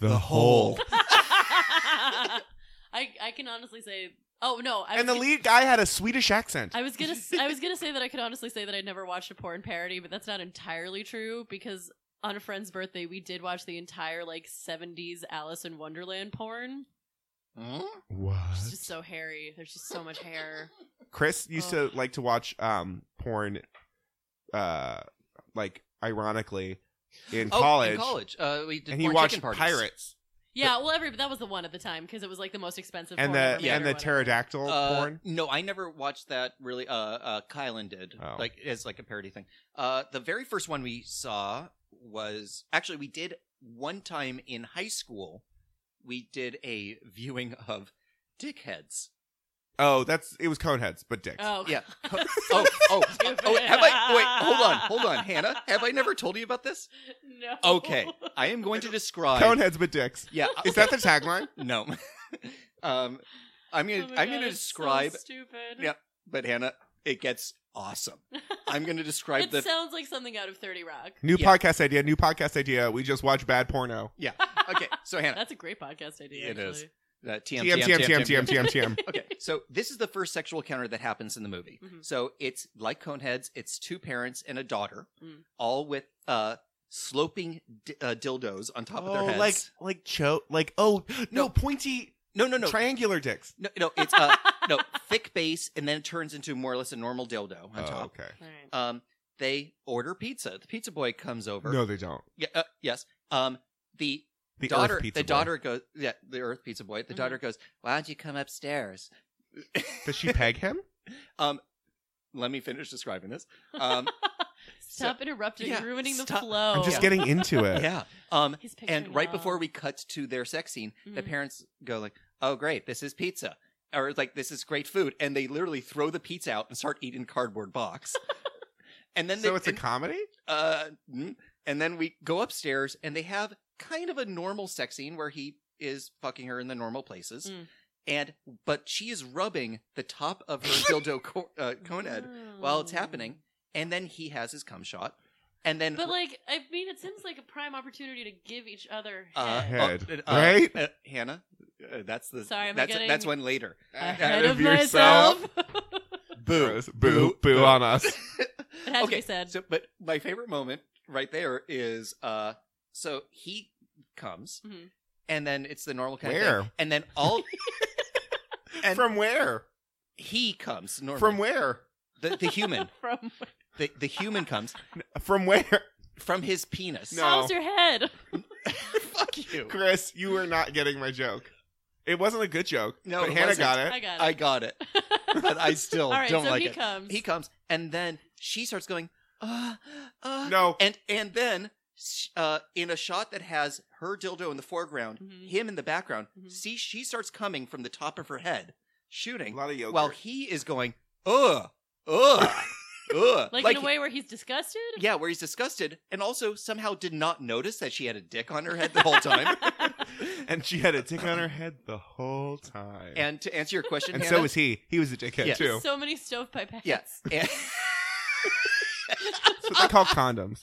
Speaker 1: the,
Speaker 2: the
Speaker 1: hole.
Speaker 2: hole.
Speaker 3: I I can honestly say. Oh no! I
Speaker 1: And the
Speaker 3: was,
Speaker 1: lead guy had a Swedish accent.
Speaker 3: I was gonna s- I was gonna say that I could honestly say that I'd never watched a porn parody, but that's not entirely true because on a friend's birthday we did watch the entire like '70s Alice in Wonderland porn.
Speaker 2: "Hmm?" Oh,
Speaker 1: What?
Speaker 3: It's just so hairy. There's just so much hair.
Speaker 1: Chris used to like to watch um porn, uh, like ironically in
Speaker 2: Oh,
Speaker 1: college,
Speaker 2: in college, uh, we did
Speaker 1: and he
Speaker 2: porn
Speaker 1: watched
Speaker 2: chicken parties.
Speaker 1: pirates
Speaker 3: Yeah, well, every but that was the one at the time because it was like the most expensive.
Speaker 1: and
Speaker 3: porn
Speaker 1: the
Speaker 3: ever made
Speaker 2: yeah.
Speaker 1: and
Speaker 3: or
Speaker 1: the
Speaker 3: whatever.
Speaker 1: pterodactyl
Speaker 2: Uh,
Speaker 1: porn.
Speaker 2: No, I never watched that. Really, uh, uh, Kylan did
Speaker 1: Oh.
Speaker 2: like as like a parody thing. Uh, the very first one we saw was actually we did one time in high school. We did a viewing of Dickheads.
Speaker 1: Oh, that's it was Coneheads, but dicks.
Speaker 3: Oh
Speaker 2: Yeah. oh, oh, oh, Have I? Wait, hold on, hold on, Hannah. Have I never told you about this?
Speaker 3: no. Oh
Speaker 2: Okay, I am going to describe.
Speaker 1: Coneheads, but dicks.
Speaker 2: Yeah,
Speaker 1: Is that the tagline?
Speaker 2: no? um, I'm
Speaker 3: Oh
Speaker 2: gonna
Speaker 3: my
Speaker 2: I'm
Speaker 3: God,
Speaker 2: gonna
Speaker 3: it's so
Speaker 2: describe
Speaker 3: stupid.
Speaker 2: Yeah, but Hannah, it gets awesome. I'm going to describe
Speaker 3: It
Speaker 2: the.
Speaker 3: sounds like something out of Thirty Rock.
Speaker 1: New
Speaker 2: Yeah.
Speaker 1: podcast idea. New podcast idea. We just watch bad porno.
Speaker 2: okay, so Hannah,
Speaker 3: That's a great podcast idea.
Speaker 2: It is.
Speaker 3: actually.
Speaker 2: uh, TM,
Speaker 1: TM TM TM TM TM TM.
Speaker 2: Okay, so this is the first sexual encounter that happens in the movie.
Speaker 3: Mhm.
Speaker 2: So it's like Coneheads. It's two parents and a daughter,
Speaker 3: Mm.
Speaker 2: all with uh, sloping d- uh, dildos on top of their heads.
Speaker 1: Oh, like like cho like oh no
Speaker 2: No.
Speaker 1: pointy
Speaker 2: no, no, no,
Speaker 1: triangular dicks.
Speaker 2: no, no. It's uh, no thick base, and then it turns into more or less a normal dildo on
Speaker 1: Oh,
Speaker 2: top.
Speaker 1: okay.
Speaker 3: All right.
Speaker 2: Um, they order pizza. The pizza boy comes over.
Speaker 1: No, they don't.
Speaker 2: Yeah, uh, yes. Um, the
Speaker 1: The
Speaker 2: daughter,
Speaker 1: Earth pizza
Speaker 2: the
Speaker 1: boy.
Speaker 2: daughter goes, yeah, the Earth Pizza Boy. The
Speaker 3: Mhm.
Speaker 2: daughter goes, "Why don't you come upstairs?"
Speaker 1: Does she peg him?
Speaker 2: Let me finish describing this. Um,
Speaker 3: Stop interrupting,
Speaker 2: yeah,
Speaker 3: ruining the
Speaker 2: stop.
Speaker 3: flow.
Speaker 1: I'm just getting into it.
Speaker 2: Oh, yeah. Um,
Speaker 3: He's picturing
Speaker 2: and
Speaker 3: it
Speaker 2: right
Speaker 3: all.
Speaker 2: before we cut to their sex scene, the
Speaker 3: Mhm.
Speaker 2: parents go like, "Oh, great, this is pizza," or like, "This is great food," and they literally throw the pizza out and start eating cardboard box. and then
Speaker 1: So
Speaker 2: they,
Speaker 1: it's a
Speaker 2: and,
Speaker 1: comedy.
Speaker 2: uh, mm, and then we go upstairs and they have kind of a normal sex scene where he is fucking her in the normal places.
Speaker 3: Mm.
Speaker 2: And but she is rubbing the top of her dildo co- uh, conad while
Speaker 3: Oh.
Speaker 2: it's happening, and then he has his cum shot, and then
Speaker 3: But like, I mean, it seems like a prime opportunity to give each other
Speaker 2: uh,
Speaker 3: head.
Speaker 1: Head,
Speaker 2: uh,
Speaker 1: right?
Speaker 2: uh, Hannah, uh, that's the
Speaker 3: Sorry, am I
Speaker 2: that's
Speaker 3: getting-
Speaker 2: that's one later.
Speaker 3: ahead
Speaker 2: out
Speaker 3: of myself.
Speaker 1: Boo, boo, boo on us.
Speaker 3: It had to
Speaker 2: okay,
Speaker 3: be said.
Speaker 2: so but my favorite moment right there is uh, so he comes,
Speaker 3: Mhm.
Speaker 2: and then it's the normal kind of
Speaker 1: Where?
Speaker 2: thing, and then all And-
Speaker 1: From where?
Speaker 2: he comes normally.
Speaker 1: From where?
Speaker 2: the, the human
Speaker 3: From
Speaker 2: the, the human comes
Speaker 1: From where?
Speaker 2: from his penis.
Speaker 1: No.
Speaker 3: how's your head?
Speaker 2: fuck you.
Speaker 1: Chris, you were not getting my joke. It wasn't a good joke.
Speaker 2: No,
Speaker 1: but
Speaker 2: it
Speaker 1: Hannah
Speaker 2: wasn't.
Speaker 1: got it.
Speaker 3: I got
Speaker 2: I
Speaker 3: it.
Speaker 2: got it, but I still
Speaker 3: All right,
Speaker 2: don't
Speaker 3: so
Speaker 2: like
Speaker 3: he
Speaker 2: it.
Speaker 3: comes.
Speaker 2: He comes, and then she starts going, uh, uh,
Speaker 1: No,
Speaker 2: and and then sh- uh, in a shot that has her dildo in the foreground,
Speaker 3: Mhm.
Speaker 2: him in the background,
Speaker 3: Mhm.
Speaker 2: see she starts coming from the top of her head, shooting,
Speaker 1: lot of yogurt.
Speaker 2: while he is going, ugh, ugh, ugh,
Speaker 3: Like, in a way where he's disgusted.
Speaker 2: yeah, where he's disgusted, and also somehow did not notice that she had a dick on her head the whole time.
Speaker 1: and she had a dick on her head the whole time.
Speaker 2: and to answer your question,
Speaker 1: And
Speaker 2: Hannah,
Speaker 1: so was he. He was a dickhead
Speaker 2: Yeah.
Speaker 1: too.
Speaker 3: So many stovepipe hats.
Speaker 2: yeah, and-
Speaker 1: That's what they call condoms.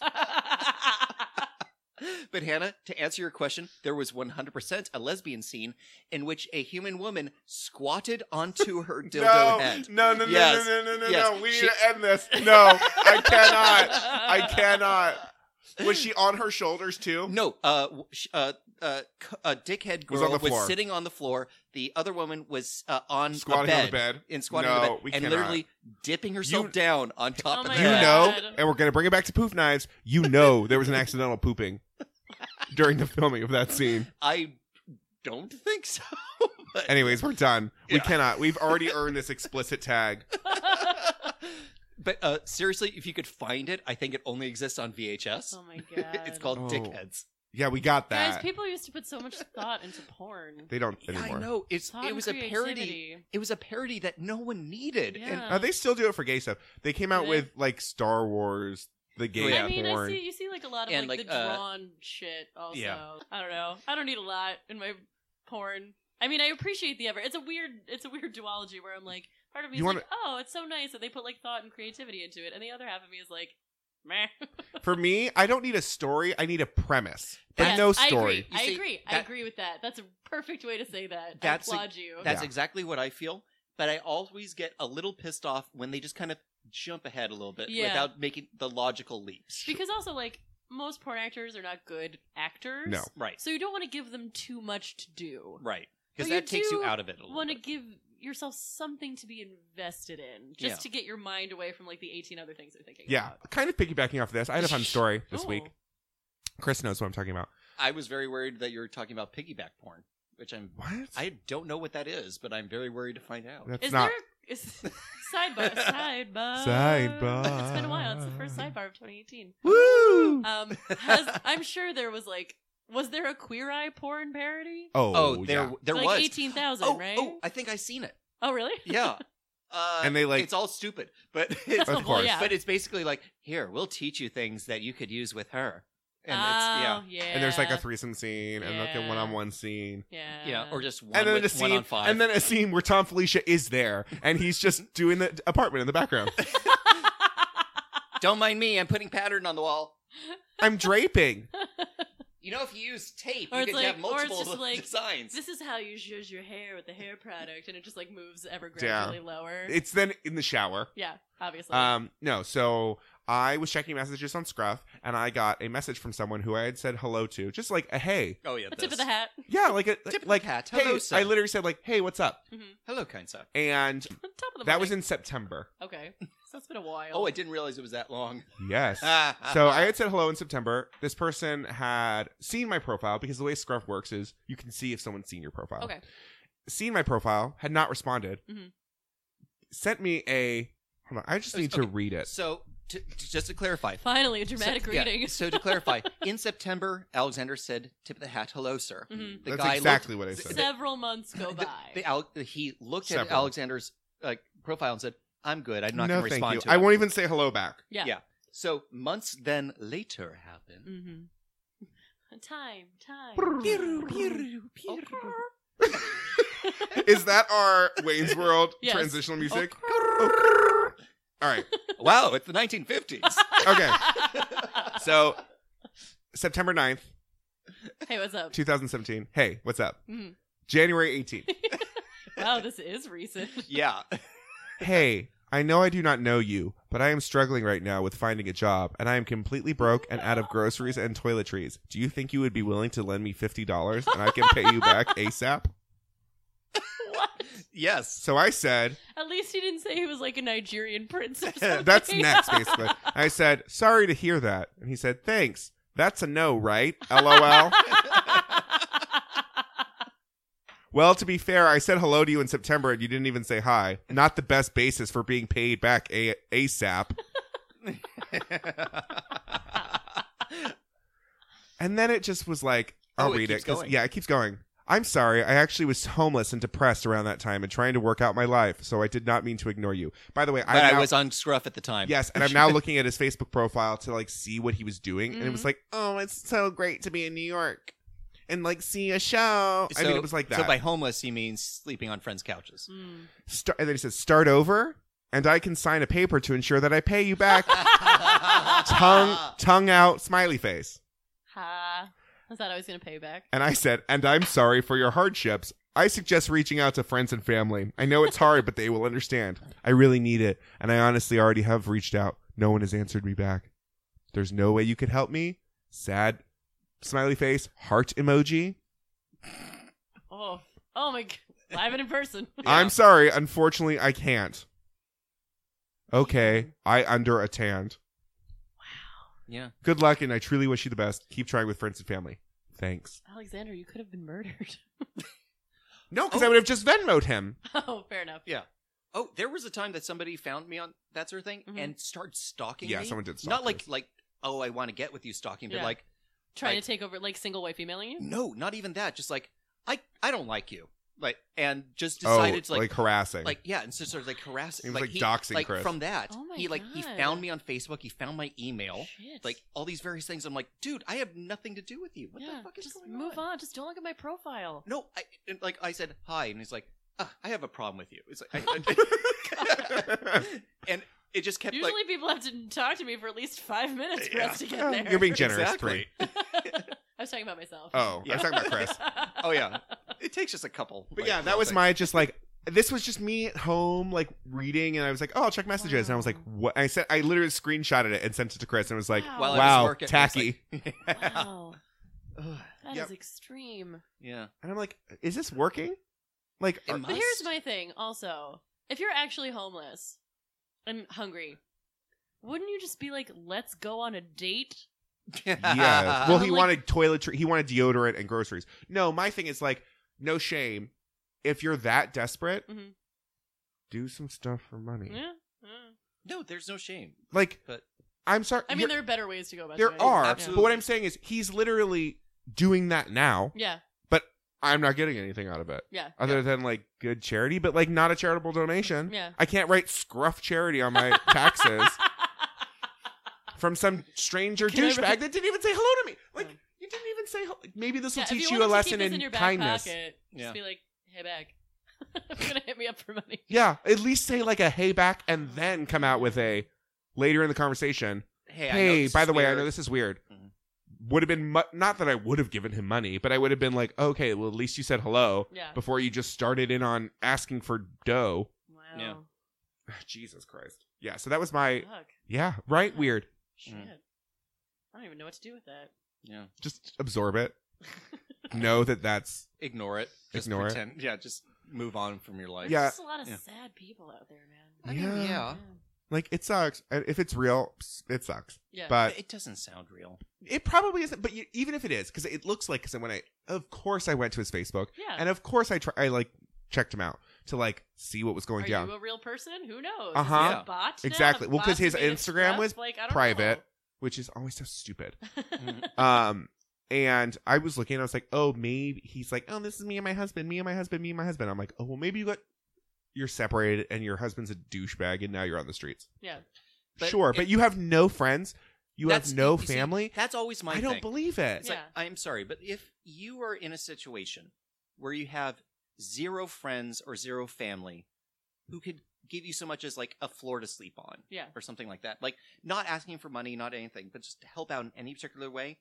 Speaker 2: But Hannah, to answer your question, there was 100% a lesbian scene in which a human woman squatted onto her dildo
Speaker 1: no,
Speaker 2: head.
Speaker 1: no, no, no,
Speaker 2: Yes.
Speaker 1: no, no, no, no,
Speaker 2: Yes.
Speaker 1: no. We need
Speaker 2: She-
Speaker 1: to end this. No, I cannot. I cannot. Was she on her shoulders too?
Speaker 2: No, uh, w- sh- uh, uh, c- a dickhead
Speaker 1: Was
Speaker 2: girl
Speaker 1: on the
Speaker 2: was,
Speaker 1: floor.
Speaker 2: sitting on the floor. The other woman was uh, on
Speaker 1: Squatting
Speaker 2: a bed,
Speaker 1: on the bed.
Speaker 2: in squatting
Speaker 1: no,
Speaker 2: on the bed
Speaker 1: we
Speaker 2: and
Speaker 1: cannot.
Speaker 2: literally dipping herself
Speaker 1: You-
Speaker 2: down on top
Speaker 3: Oh
Speaker 2: of
Speaker 3: my
Speaker 2: the
Speaker 1: you
Speaker 3: God.
Speaker 2: bed.
Speaker 1: know,
Speaker 3: God.
Speaker 1: and we're gonna bring it back to poof knives. You know, there was an accidental pooping during the filming of that scene.
Speaker 2: I don't think so. but-
Speaker 1: Anyways, we're done. We
Speaker 2: Yeah.
Speaker 1: cannot. We've already earned this explicit tag.
Speaker 2: but uh, seriously, if you could find it, I think it only exists on VHS.
Speaker 3: oh my god.
Speaker 2: it's called
Speaker 1: Oh,
Speaker 2: Dickheads.
Speaker 1: Yeah, we got that.
Speaker 3: Guys, people used to put so much thought into porn.
Speaker 1: they don't
Speaker 2: Yeah,
Speaker 1: anymore.
Speaker 2: I know. It's
Speaker 3: Thought
Speaker 2: it
Speaker 3: and
Speaker 2: was a parody.
Speaker 3: creativity.
Speaker 2: It was a parody that no one needed. And
Speaker 3: Yeah.
Speaker 1: Uh, they still do it for gay stuff. They came out
Speaker 3: They-
Speaker 1: with like Star Wars, the gay
Speaker 2: Yeah.
Speaker 3: I mean,
Speaker 1: porn.
Speaker 3: I see you see like a lot of
Speaker 2: And,
Speaker 3: like,
Speaker 2: like,
Speaker 3: the
Speaker 2: uh,
Speaker 3: drawn shit. Also,
Speaker 2: yeah.
Speaker 3: I don't know. I don't need a lot in my porn. I mean, I appreciate the effort. It's a weird, it's a weird duology where I'm like, part of me
Speaker 1: You
Speaker 3: is
Speaker 1: wanna-
Speaker 3: like, oh, it's so nice that they put like thought and creativity into it, and the other half of me is like, meh.
Speaker 1: For me, I don't need a story. I need a premise, but
Speaker 3: Yes,
Speaker 1: no
Speaker 3: I
Speaker 1: story.
Speaker 3: agree. I
Speaker 2: You see,
Speaker 3: agree. I
Speaker 2: that-
Speaker 3: agree with that. That's a perfect way to say that.
Speaker 2: That's a-
Speaker 3: I applaud you.
Speaker 2: That's
Speaker 1: Yeah.
Speaker 2: exactly what I feel. But I always get a little pissed off when they just kind of jump ahead a little bit
Speaker 3: Yeah.
Speaker 2: without making the logical leaps.
Speaker 3: because also like most porn actors are not good actors.
Speaker 1: No.
Speaker 2: Right.
Speaker 3: So you don't want to give them too much to do.
Speaker 2: Right. Because
Speaker 3: But you
Speaker 2: that takes you
Speaker 3: do
Speaker 2: out of it a little
Speaker 3: want to
Speaker 2: bit.
Speaker 3: give yourself something to be invested in
Speaker 2: Yeah.
Speaker 3: just to get your mind away from like the 18 other things they're thinking
Speaker 1: Yeah,
Speaker 3: about.
Speaker 1: kind of piggybacking off of this. I had a fun story this
Speaker 3: Oh.
Speaker 1: week. Chris knows what I'm talking about.
Speaker 2: I was very worried that you were talking about piggyback porn, which I'm
Speaker 1: What?
Speaker 2: I don't know what that is, but I'm very worried to find out.
Speaker 1: That's
Speaker 3: Is
Speaker 1: not.
Speaker 3: there is sidebar sidebar
Speaker 1: Sidebar.
Speaker 3: It's been a while. It's the first sidebar of 2018.
Speaker 1: Woo!
Speaker 3: Um has I'm sure there was like was there a queer eye porn parody?
Speaker 1: oh,
Speaker 2: oh, there
Speaker 1: yeah.
Speaker 2: there
Speaker 3: like
Speaker 2: was
Speaker 3: 18,000,
Speaker 2: oh,
Speaker 3: right?
Speaker 2: oh, I think I seen it.
Speaker 3: Oh, really?
Speaker 2: Yeah. Uh,
Speaker 1: And they, like-
Speaker 2: it's all stupid, but it's,
Speaker 1: Of
Speaker 3: well,
Speaker 1: course.
Speaker 3: yeah.
Speaker 2: but it's basically like here we'll teach you things that you could use with her, and
Speaker 3: oh,
Speaker 2: it's
Speaker 3: yeah.
Speaker 1: And there's like a threesome scene and like a
Speaker 3: Yeah.
Speaker 1: one-on-one scene,
Speaker 3: yeah.
Speaker 2: yeah, yeah, or just one
Speaker 1: and then a
Speaker 2: with one
Speaker 1: scene,
Speaker 2: on five,
Speaker 1: and then a scene where Tom Felicia is there and he's just doing the apartment in the background.
Speaker 2: Don't mind me, I'm putting pattern on the wall.
Speaker 1: I'm draping.
Speaker 2: You know, if you use tape,
Speaker 3: Or
Speaker 2: you
Speaker 3: it's
Speaker 2: could
Speaker 3: like-
Speaker 2: have
Speaker 3: or it's
Speaker 2: multiple
Speaker 3: just like-
Speaker 2: designs.
Speaker 3: This is how you zhuzh your hair with the hair product, and it just like moves ever
Speaker 1: Yeah.
Speaker 3: gradually lower.
Speaker 1: It's then in the shower.
Speaker 3: yeah, obviously.
Speaker 1: Um, no, so I was checking messages on Scruff and I got a message from someone who I had said hello to, just like a hey.
Speaker 2: oh yeah,
Speaker 3: a tip of
Speaker 2: this.
Speaker 3: the hat.
Speaker 1: Yeah, like a
Speaker 2: Tip of
Speaker 1: like
Speaker 2: the hat.
Speaker 1: hey.
Speaker 2: Hello,
Speaker 1: I
Speaker 2: sir.
Speaker 1: literally said like, "Hey, what's up?"
Speaker 2: Hello, kind sir.
Speaker 1: And
Speaker 3: Top of the
Speaker 1: that was
Speaker 3: morning.
Speaker 1: in September.
Speaker 3: okay. So it's been a while.
Speaker 2: Oh, I didn't realize it was that long.
Speaker 1: Yes.
Speaker 2: Ah,
Speaker 1: So I had said hello in September. This person had seen my profile because the way Scruff works is you can see if someone's seen your profile.
Speaker 3: Okay.
Speaker 1: Seen my profile, had not responded.
Speaker 2: Mm-hmm.
Speaker 3: Mhm.
Speaker 1: Sent me a. Hold on, I just need to
Speaker 2: Okay.
Speaker 1: read it.
Speaker 2: So to, to- just to clarify,
Speaker 3: Finally, a dramatic
Speaker 2: so, yeah,
Speaker 3: reading.
Speaker 2: so to clarify, in September, Alexander said, "Tip of the hat, hello, sir."
Speaker 3: Mhm.
Speaker 2: The
Speaker 1: That's
Speaker 2: guy
Speaker 1: exactly what I
Speaker 2: th-
Speaker 1: said.
Speaker 3: Several months go
Speaker 2: the-
Speaker 3: by.
Speaker 2: the Al- he looked at
Speaker 1: Several.
Speaker 2: Alexander's like profile and said, "I'm good. I'm not
Speaker 1: no,
Speaker 2: going to
Speaker 1: thank
Speaker 2: respond
Speaker 1: you.
Speaker 2: to
Speaker 1: I
Speaker 2: it."
Speaker 1: won't even say hello back.
Speaker 3: yeah.
Speaker 2: yeah. So months then later happened.
Speaker 3: hmm Mm-hmm. Time, time.
Speaker 1: Is that our Wayne's World
Speaker 3: Yes.
Speaker 1: transitional music? All right.
Speaker 2: wow, it's the 1950s.
Speaker 1: Okay. So September 9th,
Speaker 3: hey, what's up?
Speaker 1: 2017. Hey, what's up?
Speaker 3: Mhm.
Speaker 1: January 18th.
Speaker 3: Wow, this is recent.
Speaker 2: yeah.
Speaker 1: hey, I know I do not know you, but I am struggling right now with finding a job, and I am completely broke and out of groceries and toiletries. Do you think you would be willing to lend me $50 and I can pay you back ASAP?
Speaker 3: What?
Speaker 2: Yes.
Speaker 1: So I said,
Speaker 3: At least he didn't say he was like a Nigerian prince or something.
Speaker 1: That's next, basically. I said, sorry to hear that. And he said, thanks. That's a no, right? LOL. well, to be fair, I said hello to you in September and you didn't even say hi. Not the best basis for being paid back a- ASAP. And then it just was like, I'll
Speaker 2: Oh, it
Speaker 1: read it.
Speaker 2: keeps
Speaker 1: 'cause-
Speaker 2: going.
Speaker 1: Yeah, it keeps going. I'm sorry. I actually was homeless and depressed around that time and trying to work out my life, so I did not mean to ignore you. By the way, I'm
Speaker 2: but I
Speaker 1: now-
Speaker 2: was on Scruff at the time.
Speaker 1: Yes, and I'm now looking at his Facebook profile to like see what he was doing, and it
Speaker 2: Mm-hmm.
Speaker 1: was like, oh, it's so great to be in New York and like see a show. I mean, it was like that.
Speaker 2: So by homeless, he means sleeping on friends' couches.
Speaker 3: Mm.
Speaker 1: Star- and then he says, start over, and I can sign a paper
Speaker 2: Uh-uh.
Speaker 1: to ensure that I pay you back. tongue, tongue out, smiley face.
Speaker 3: ha. I thought I was going to pay you back.
Speaker 1: And I said, and I'm sorry for your hardships. I suggest reaching out to friends and family. I know it's hard, but they will understand. I really need it. And I honestly already have reached out. No one has answered me back. There's no way you could help me. Sad smiley face, heart emoji.
Speaker 3: Oh, oh my god. Live and in person.
Speaker 1: I'm sorry. Unfortunately, I can't. Okay. I under a tanned.
Speaker 2: Yeah.
Speaker 1: Good luck, and I truly wish you the best. Keep trying with friends and family. Thanks.
Speaker 3: Alexander, you could have been murdered.
Speaker 1: No, because I would have just Venmoed him.
Speaker 3: oh, fair enough.
Speaker 2: Oh, there was a time that somebody found me on that sort of thing
Speaker 3: Mhm.
Speaker 2: and started stalking
Speaker 1: Yeah,
Speaker 2: me.
Speaker 1: someone did stalk
Speaker 2: Not like
Speaker 1: us.
Speaker 2: like oh, I want to get with you stalking, but
Speaker 3: Yeah.
Speaker 2: like
Speaker 3: Trying
Speaker 2: Like-
Speaker 3: to take over, like single wife emailing you.
Speaker 2: no, not even that. Just like I I don't like you. Like and just decided to
Speaker 1: oh, like, harassing.
Speaker 2: like yeah, and so sort of like harassing,
Speaker 1: It was
Speaker 2: like,
Speaker 1: like
Speaker 2: he,
Speaker 1: doxing
Speaker 2: like
Speaker 1: Chris.
Speaker 2: from that.
Speaker 3: Oh my
Speaker 2: he like he
Speaker 3: God.
Speaker 2: found me on Facebook. He found my email,
Speaker 3: Shit.
Speaker 2: like all these various things. I'm like, dude, I have nothing to do with you. What
Speaker 3: yeah,
Speaker 2: the fuck is
Speaker 3: just
Speaker 2: going
Speaker 3: move on. Just don't look at my profile.
Speaker 2: No, I and, like I said hi, and he's like, ah, I have a problem with you. It's like, I, and it just kept
Speaker 3: Usually,
Speaker 2: like
Speaker 3: people have to talk to me for at least five minutes for
Speaker 2: Yeah.
Speaker 3: us to get
Speaker 1: Oh,
Speaker 3: there.
Speaker 1: You're being generous,
Speaker 2: Exactly.
Speaker 1: three.
Speaker 3: I was talking about myself.
Speaker 1: Oh, I was talking about Chris.
Speaker 2: oh yeah, it takes just a couple.
Speaker 1: But
Speaker 2: like,
Speaker 1: yeah, that
Speaker 2: little
Speaker 1: was
Speaker 2: things.
Speaker 1: my just like this was just me at home like reading and I was like, "Oh, I'll check messages." And I was like, "What?" And I said I literally screenshotted it and sent it to Chris and was like,
Speaker 3: Wow.
Speaker 2: While I was
Speaker 1: "Wow,
Speaker 2: working, I was
Speaker 1: tacky."
Speaker 2: like-
Speaker 3: Wow,
Speaker 2: Ugh,
Speaker 3: that is
Speaker 1: Yep.
Speaker 3: extreme.
Speaker 2: yeah,
Speaker 1: and I'm like, "Is this working?" Like
Speaker 2: It
Speaker 1: are-
Speaker 2: must.
Speaker 3: But here's my thing. Also, if you're actually homeless and hungry, wouldn't you just be like, "Let's go on a date"?
Speaker 1: uh, yeah. Well, he
Speaker 3: I'm like-
Speaker 1: wanted toiletry, he wanted deodorant and groceries. No, my thing is like no shame. If you're that desperate,
Speaker 2: Mm-hmm.
Speaker 3: Mhm.
Speaker 1: do some stuff for
Speaker 2: Mm.
Speaker 1: money.
Speaker 3: Yeah. yeah.
Speaker 2: no, there's no shame.
Speaker 1: Like
Speaker 2: But-
Speaker 1: I'm sorry.
Speaker 3: I mean,
Speaker 1: you're-
Speaker 3: there are better ways to go about.
Speaker 1: there
Speaker 3: doing it.
Speaker 1: are. But
Speaker 2: absolutely.
Speaker 1: what I'm saying is he's literally doing that now.
Speaker 3: Yeah.
Speaker 1: I'm not getting anything out of it.
Speaker 3: Yeah.
Speaker 1: other than like good charity, but like not a charitable donation.
Speaker 3: Yeah.
Speaker 1: I can't write scruff charity on my taxes from some stranger
Speaker 3: Can I
Speaker 1: douchebag
Speaker 3: write-
Speaker 1: that didn't even say hello to me. Like
Speaker 3: Yeah.
Speaker 1: you didn't even say hello. Maybe this will
Speaker 3: Yeah, if
Speaker 1: teach
Speaker 3: you,
Speaker 1: you, a
Speaker 3: wanted to
Speaker 1: lesson
Speaker 3: keep this
Speaker 1: in,
Speaker 3: in your back
Speaker 1: kindness.
Speaker 3: Pocket, just
Speaker 2: Yeah.
Speaker 3: be like, "Hey, back." You're gonna hit me up for money.
Speaker 1: Yeah, at least say like a hey back and then come out with a later in the conversation.
Speaker 2: Hey, I know
Speaker 1: hey,
Speaker 2: this
Speaker 1: by
Speaker 2: is
Speaker 1: the way, I
Speaker 2: weird.
Speaker 1: know this is weird.
Speaker 2: Mhm.
Speaker 1: Would have been mu- not that I would have given him money, but I would have been like, okay, well at least you said hello
Speaker 3: Yeah.
Speaker 1: before you just started in on asking for dough.
Speaker 3: Wow.
Speaker 2: Yeah.
Speaker 1: Jesus Christ. Yeah, so that was my
Speaker 3: Fuck.
Speaker 1: Yeah, right. Weird.
Speaker 3: Shit.
Speaker 2: Mm.
Speaker 3: I don't even know what to do with that.
Speaker 2: Yeah,
Speaker 1: Just absorb it. know that that's
Speaker 2: ignore it. Just
Speaker 1: Ignore it.
Speaker 2: pretend. Yeah, just move on from your life.
Speaker 1: Yeah.
Speaker 3: There's just a lot of
Speaker 2: Yeah.
Speaker 3: sad people out there, man.
Speaker 2: I mean,
Speaker 1: Yeah.
Speaker 2: yeah.
Speaker 1: like it sucks. And if it's real, ps- it sucks.
Speaker 3: Yeah.
Speaker 1: But
Speaker 2: it doesn't sound real.
Speaker 1: it probably isn't. But you, even if it is, because it looks like, because when I, of course, I went to his Facebook,
Speaker 3: yeah.
Speaker 1: and of course, I try, I like checked him out to like see what was going
Speaker 3: Are
Speaker 1: down.
Speaker 3: you a real person? Who knows?
Speaker 1: Uh-huh.
Speaker 3: Is it
Speaker 2: Yeah.
Speaker 3: a bot? now?
Speaker 1: Exactly.
Speaker 3: Have
Speaker 1: Well, 'cause
Speaker 3: bots
Speaker 1: his
Speaker 3: made us
Speaker 1: Instagram
Speaker 3: trust?
Speaker 1: was
Speaker 3: Like, I don't
Speaker 1: private, which is always so stupid.
Speaker 3: know.
Speaker 2: Mm.
Speaker 1: Um, and I was looking, I was like, oh, maybe he's like, oh, this is me and my husband, me and my husband, me and my husband. I'm like, oh, well, maybe you got you're separated and your husband's a douchebag, and now you're on the streets.
Speaker 3: yeah.
Speaker 2: But
Speaker 1: sure,
Speaker 2: it-
Speaker 1: but you have no friends. You have
Speaker 2: That's-
Speaker 1: no
Speaker 2: you see,
Speaker 1: family.
Speaker 2: that's always my
Speaker 1: I don't
Speaker 2: thing.
Speaker 1: believe it.
Speaker 2: It's
Speaker 3: Yeah.
Speaker 2: like, I'm sorry, but if you are in a situation where you have zero friends or zero family who could give you so much as like a floor to sleep on
Speaker 3: Yeah.
Speaker 2: or something like that, like not asking for money, not anything, but just to help out in any particular way,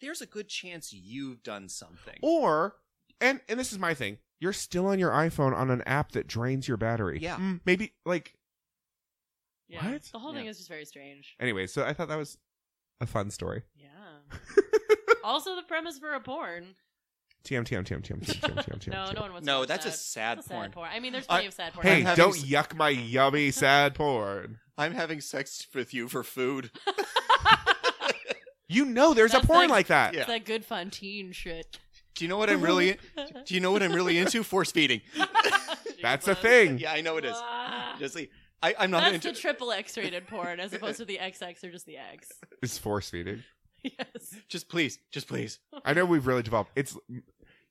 Speaker 2: there's a good chance you've done something.
Speaker 1: Or and and this is my thing. You're still on your iPhone on an app that drains your battery.
Speaker 2: Yeah.
Speaker 1: Mm, maybe like
Speaker 3: Yeah.
Speaker 1: What?
Speaker 3: The whole thing
Speaker 2: Yeah.
Speaker 3: is just very strange.
Speaker 1: anyway. So I thought that was a fun story.
Speaker 3: Yeah. also, the premise for a porn.
Speaker 1: TM TM TM TM TM TM TM.
Speaker 3: No,
Speaker 1: TM.
Speaker 3: no one wants. to
Speaker 2: no,
Speaker 3: watch
Speaker 2: that's
Speaker 3: that.
Speaker 2: a sad
Speaker 3: That's a
Speaker 2: porn.
Speaker 3: sad porn. I mean, there's
Speaker 2: I-
Speaker 3: plenty of sad porn.
Speaker 1: Hey,
Speaker 2: I'm having
Speaker 1: don't
Speaker 2: s-
Speaker 1: yuck my yummy sad porn.
Speaker 2: I'm having sex with you for food.
Speaker 1: You know there's
Speaker 3: That's
Speaker 1: a porn
Speaker 3: like-
Speaker 1: like that.
Speaker 2: Yeah.
Speaker 3: It's that good fun teen shit.
Speaker 2: Do you know what I'm really Do you know what I'm really into? Force feeding.
Speaker 1: That's a thing.
Speaker 2: Yeah, I know Oh, it is.
Speaker 3: Ah.
Speaker 2: Just like, I, I'm not
Speaker 3: That's
Speaker 2: into
Speaker 3: the triple X rated porn as opposed to the XX or just the X.
Speaker 1: It's force feeding.
Speaker 3: Yes.
Speaker 2: Just please, just please.
Speaker 1: I know we've really developed. It's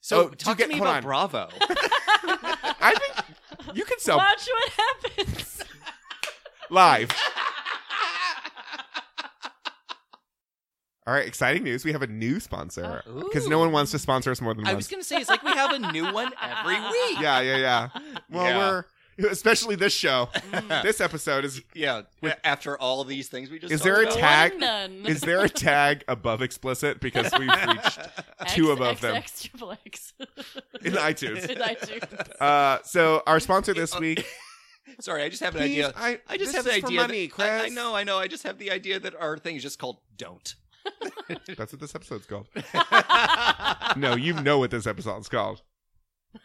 Speaker 2: So
Speaker 1: Oh, to
Speaker 2: talk to,
Speaker 1: get-
Speaker 2: me
Speaker 1: hold
Speaker 2: about
Speaker 1: on.
Speaker 2: Bravo.
Speaker 1: I think you can sell
Speaker 3: Watch what happens.
Speaker 1: live. All right, exciting news. We have a new sponsor because no one wants to sponsor us more than
Speaker 2: Oh. I
Speaker 1: once.
Speaker 2: was gonna say it's like we have a new one every week.
Speaker 1: yeah, yeah, yeah. Well,
Speaker 2: Yeah.
Speaker 1: we're Especially this show.
Speaker 3: Mm.
Speaker 1: This episode is
Speaker 2: Yeah. After all these things, we just
Speaker 1: Is
Speaker 2: talked
Speaker 1: there a
Speaker 2: about.
Speaker 1: ta- Tag-
Speaker 3: One nun.
Speaker 1: is there a tag above explicit because we've reached two above them.
Speaker 3: X, triple X.
Speaker 1: in iTunes.
Speaker 3: In iTunes.
Speaker 1: Uh, so our sponsor this
Speaker 2: Uh,
Speaker 1: week.
Speaker 2: Sorry, I just have an
Speaker 1: Please,
Speaker 2: idea.
Speaker 1: I,
Speaker 2: I just
Speaker 1: this
Speaker 2: have
Speaker 1: is
Speaker 2: the
Speaker 1: for
Speaker 2: idea.
Speaker 1: money,
Speaker 2: that, I- I,
Speaker 1: Chris.
Speaker 2: know, I know. I just have the idea that our thing is just called "Don't."
Speaker 1: That's what this episode's called. No, you know what this episode's called.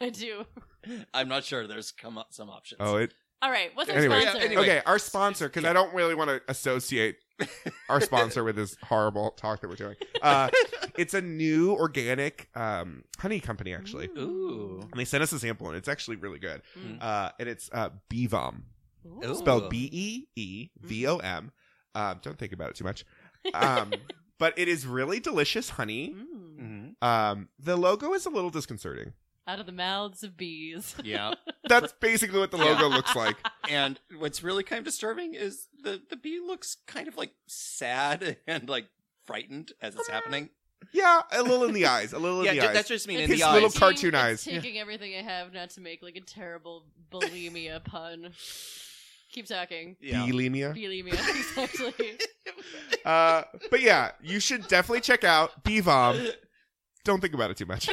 Speaker 3: I do.
Speaker 2: I'm not sure. There's come up some options.
Speaker 1: Oh, it.
Speaker 3: All right. What's our
Speaker 1: Anyway.
Speaker 3: sponsor?
Speaker 2: Yeah, anyway.
Speaker 1: okay, our sponsor, because I don't really want to associate our sponsor with this horrible talk that we're doing. Uh, it's a new organic um, honey company,
Speaker 2: Mm.
Speaker 1: actually.
Speaker 2: Ooh.
Speaker 1: And they sent us a sample, and it's actually really good.
Speaker 3: Mm.
Speaker 1: Uh, and it's uh, Bevom,
Speaker 3: Ooh.
Speaker 1: spelled B E E V O M.
Speaker 2: Mm-hmm.
Speaker 1: Um, don't think about it too much. Um, but it is really delicious honey.
Speaker 3: Mm.
Speaker 2: Mhm.
Speaker 1: Um, the logo is a little disconcerting.
Speaker 3: Out of the mouths of bees.
Speaker 2: Yeah.
Speaker 1: That's basically what the logo looks like.
Speaker 2: and what's really kind of disturbing is the the bee looks kind of like sad and like frightened as it's happening.
Speaker 1: Yeah, a little in the eyes, a little in
Speaker 2: yeah,
Speaker 1: the
Speaker 2: ju-
Speaker 1: eyes.
Speaker 2: that's just mean in
Speaker 1: His
Speaker 2: the
Speaker 1: little
Speaker 2: eyes.
Speaker 1: car- cartoon eyes.
Speaker 3: It's taking everything I have not to make like a terrible bulimia pun. Keep talking.
Speaker 2: yeah.
Speaker 1: Bulimia.
Speaker 3: Bulimia, exactly.
Speaker 1: Uh, but yeah, you should definitely check out Bevom. Don't think about it too much.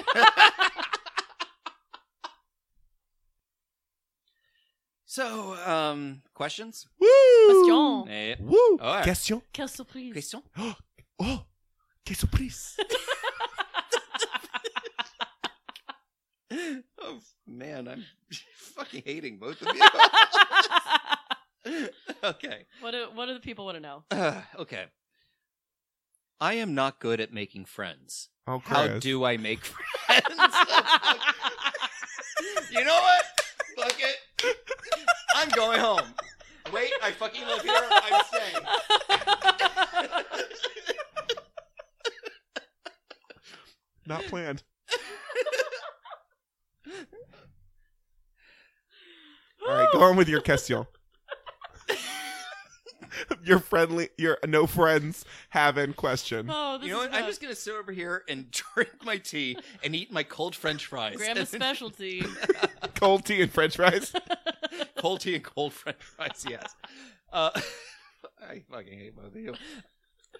Speaker 2: So, um, questions?
Speaker 1: Woo!
Speaker 3: Question.
Speaker 2: Eh,
Speaker 1: Woo!
Speaker 2: All right.
Speaker 1: Question.
Speaker 3: Quelle surprise.
Speaker 2: question?
Speaker 1: Oh, que surprise!
Speaker 2: Oh man, I'm fucking hating both of you. okay.
Speaker 3: what, do, what do the people want to know?
Speaker 2: Uh, okay. I am not good at making friends.
Speaker 1: Oh,
Speaker 2: How
Speaker 1: Chris.
Speaker 2: do I make friends? you know what? Fuck it. I'm going home. Wait, I fucking live here. I'm staying.
Speaker 1: Not planned. All right, go on with your question. your friendly, your no friends having question.
Speaker 3: Oh, this
Speaker 2: You know
Speaker 3: is
Speaker 2: what? I'm
Speaker 3: nuts.
Speaker 2: just gonna sit over here and drink my tea and eat my cold French fries.
Speaker 3: Grandma's specialty.
Speaker 1: Cold tea and French fries.
Speaker 2: cold tea and cold French fries. Yes. Uh, I fucking hate both of you.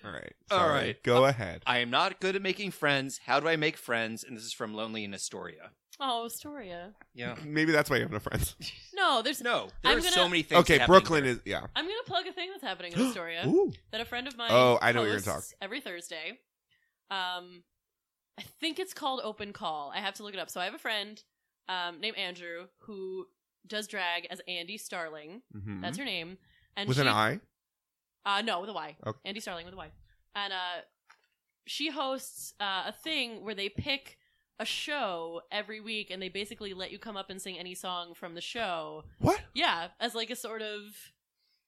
Speaker 1: All right.
Speaker 2: All
Speaker 1: sorry.
Speaker 2: right. Oh,
Speaker 1: Go ahead.
Speaker 2: I am not good at making friends. How do I make friends? And this is from Lonely in Astoria.
Speaker 3: Oh, Astoria.
Speaker 2: Yeah.
Speaker 1: Maybe that's why you have no friends.
Speaker 3: No, there's.
Speaker 2: No, there
Speaker 3: I'm
Speaker 2: are so
Speaker 3: gonna-
Speaker 2: many things.
Speaker 1: Okay,
Speaker 2: happening
Speaker 1: Brooklyn
Speaker 2: here.
Speaker 1: is yeah.
Speaker 3: I'm gonna plug a thing that's happening in Astoria
Speaker 1: Ooh.
Speaker 3: that a friend of mine.
Speaker 1: Oh, I know what you're gonna
Speaker 3: hosts Every Thursday, um, I think it's called Open Call. I have to look it up. So I have a friend, um, named Andrew who does drag as Andy Starling.
Speaker 1: Mhm.
Speaker 3: That's her name. And
Speaker 1: with
Speaker 3: she,
Speaker 1: an Oh. eye.
Speaker 3: Uh, no, with a Y.
Speaker 1: Okay.
Speaker 3: Andy Starling with a Y. And uh, she hosts uh, a thing where they pick a show every week, and they basically let you come up and sing any song from the show.
Speaker 1: What?
Speaker 3: Yeah, as like a sort of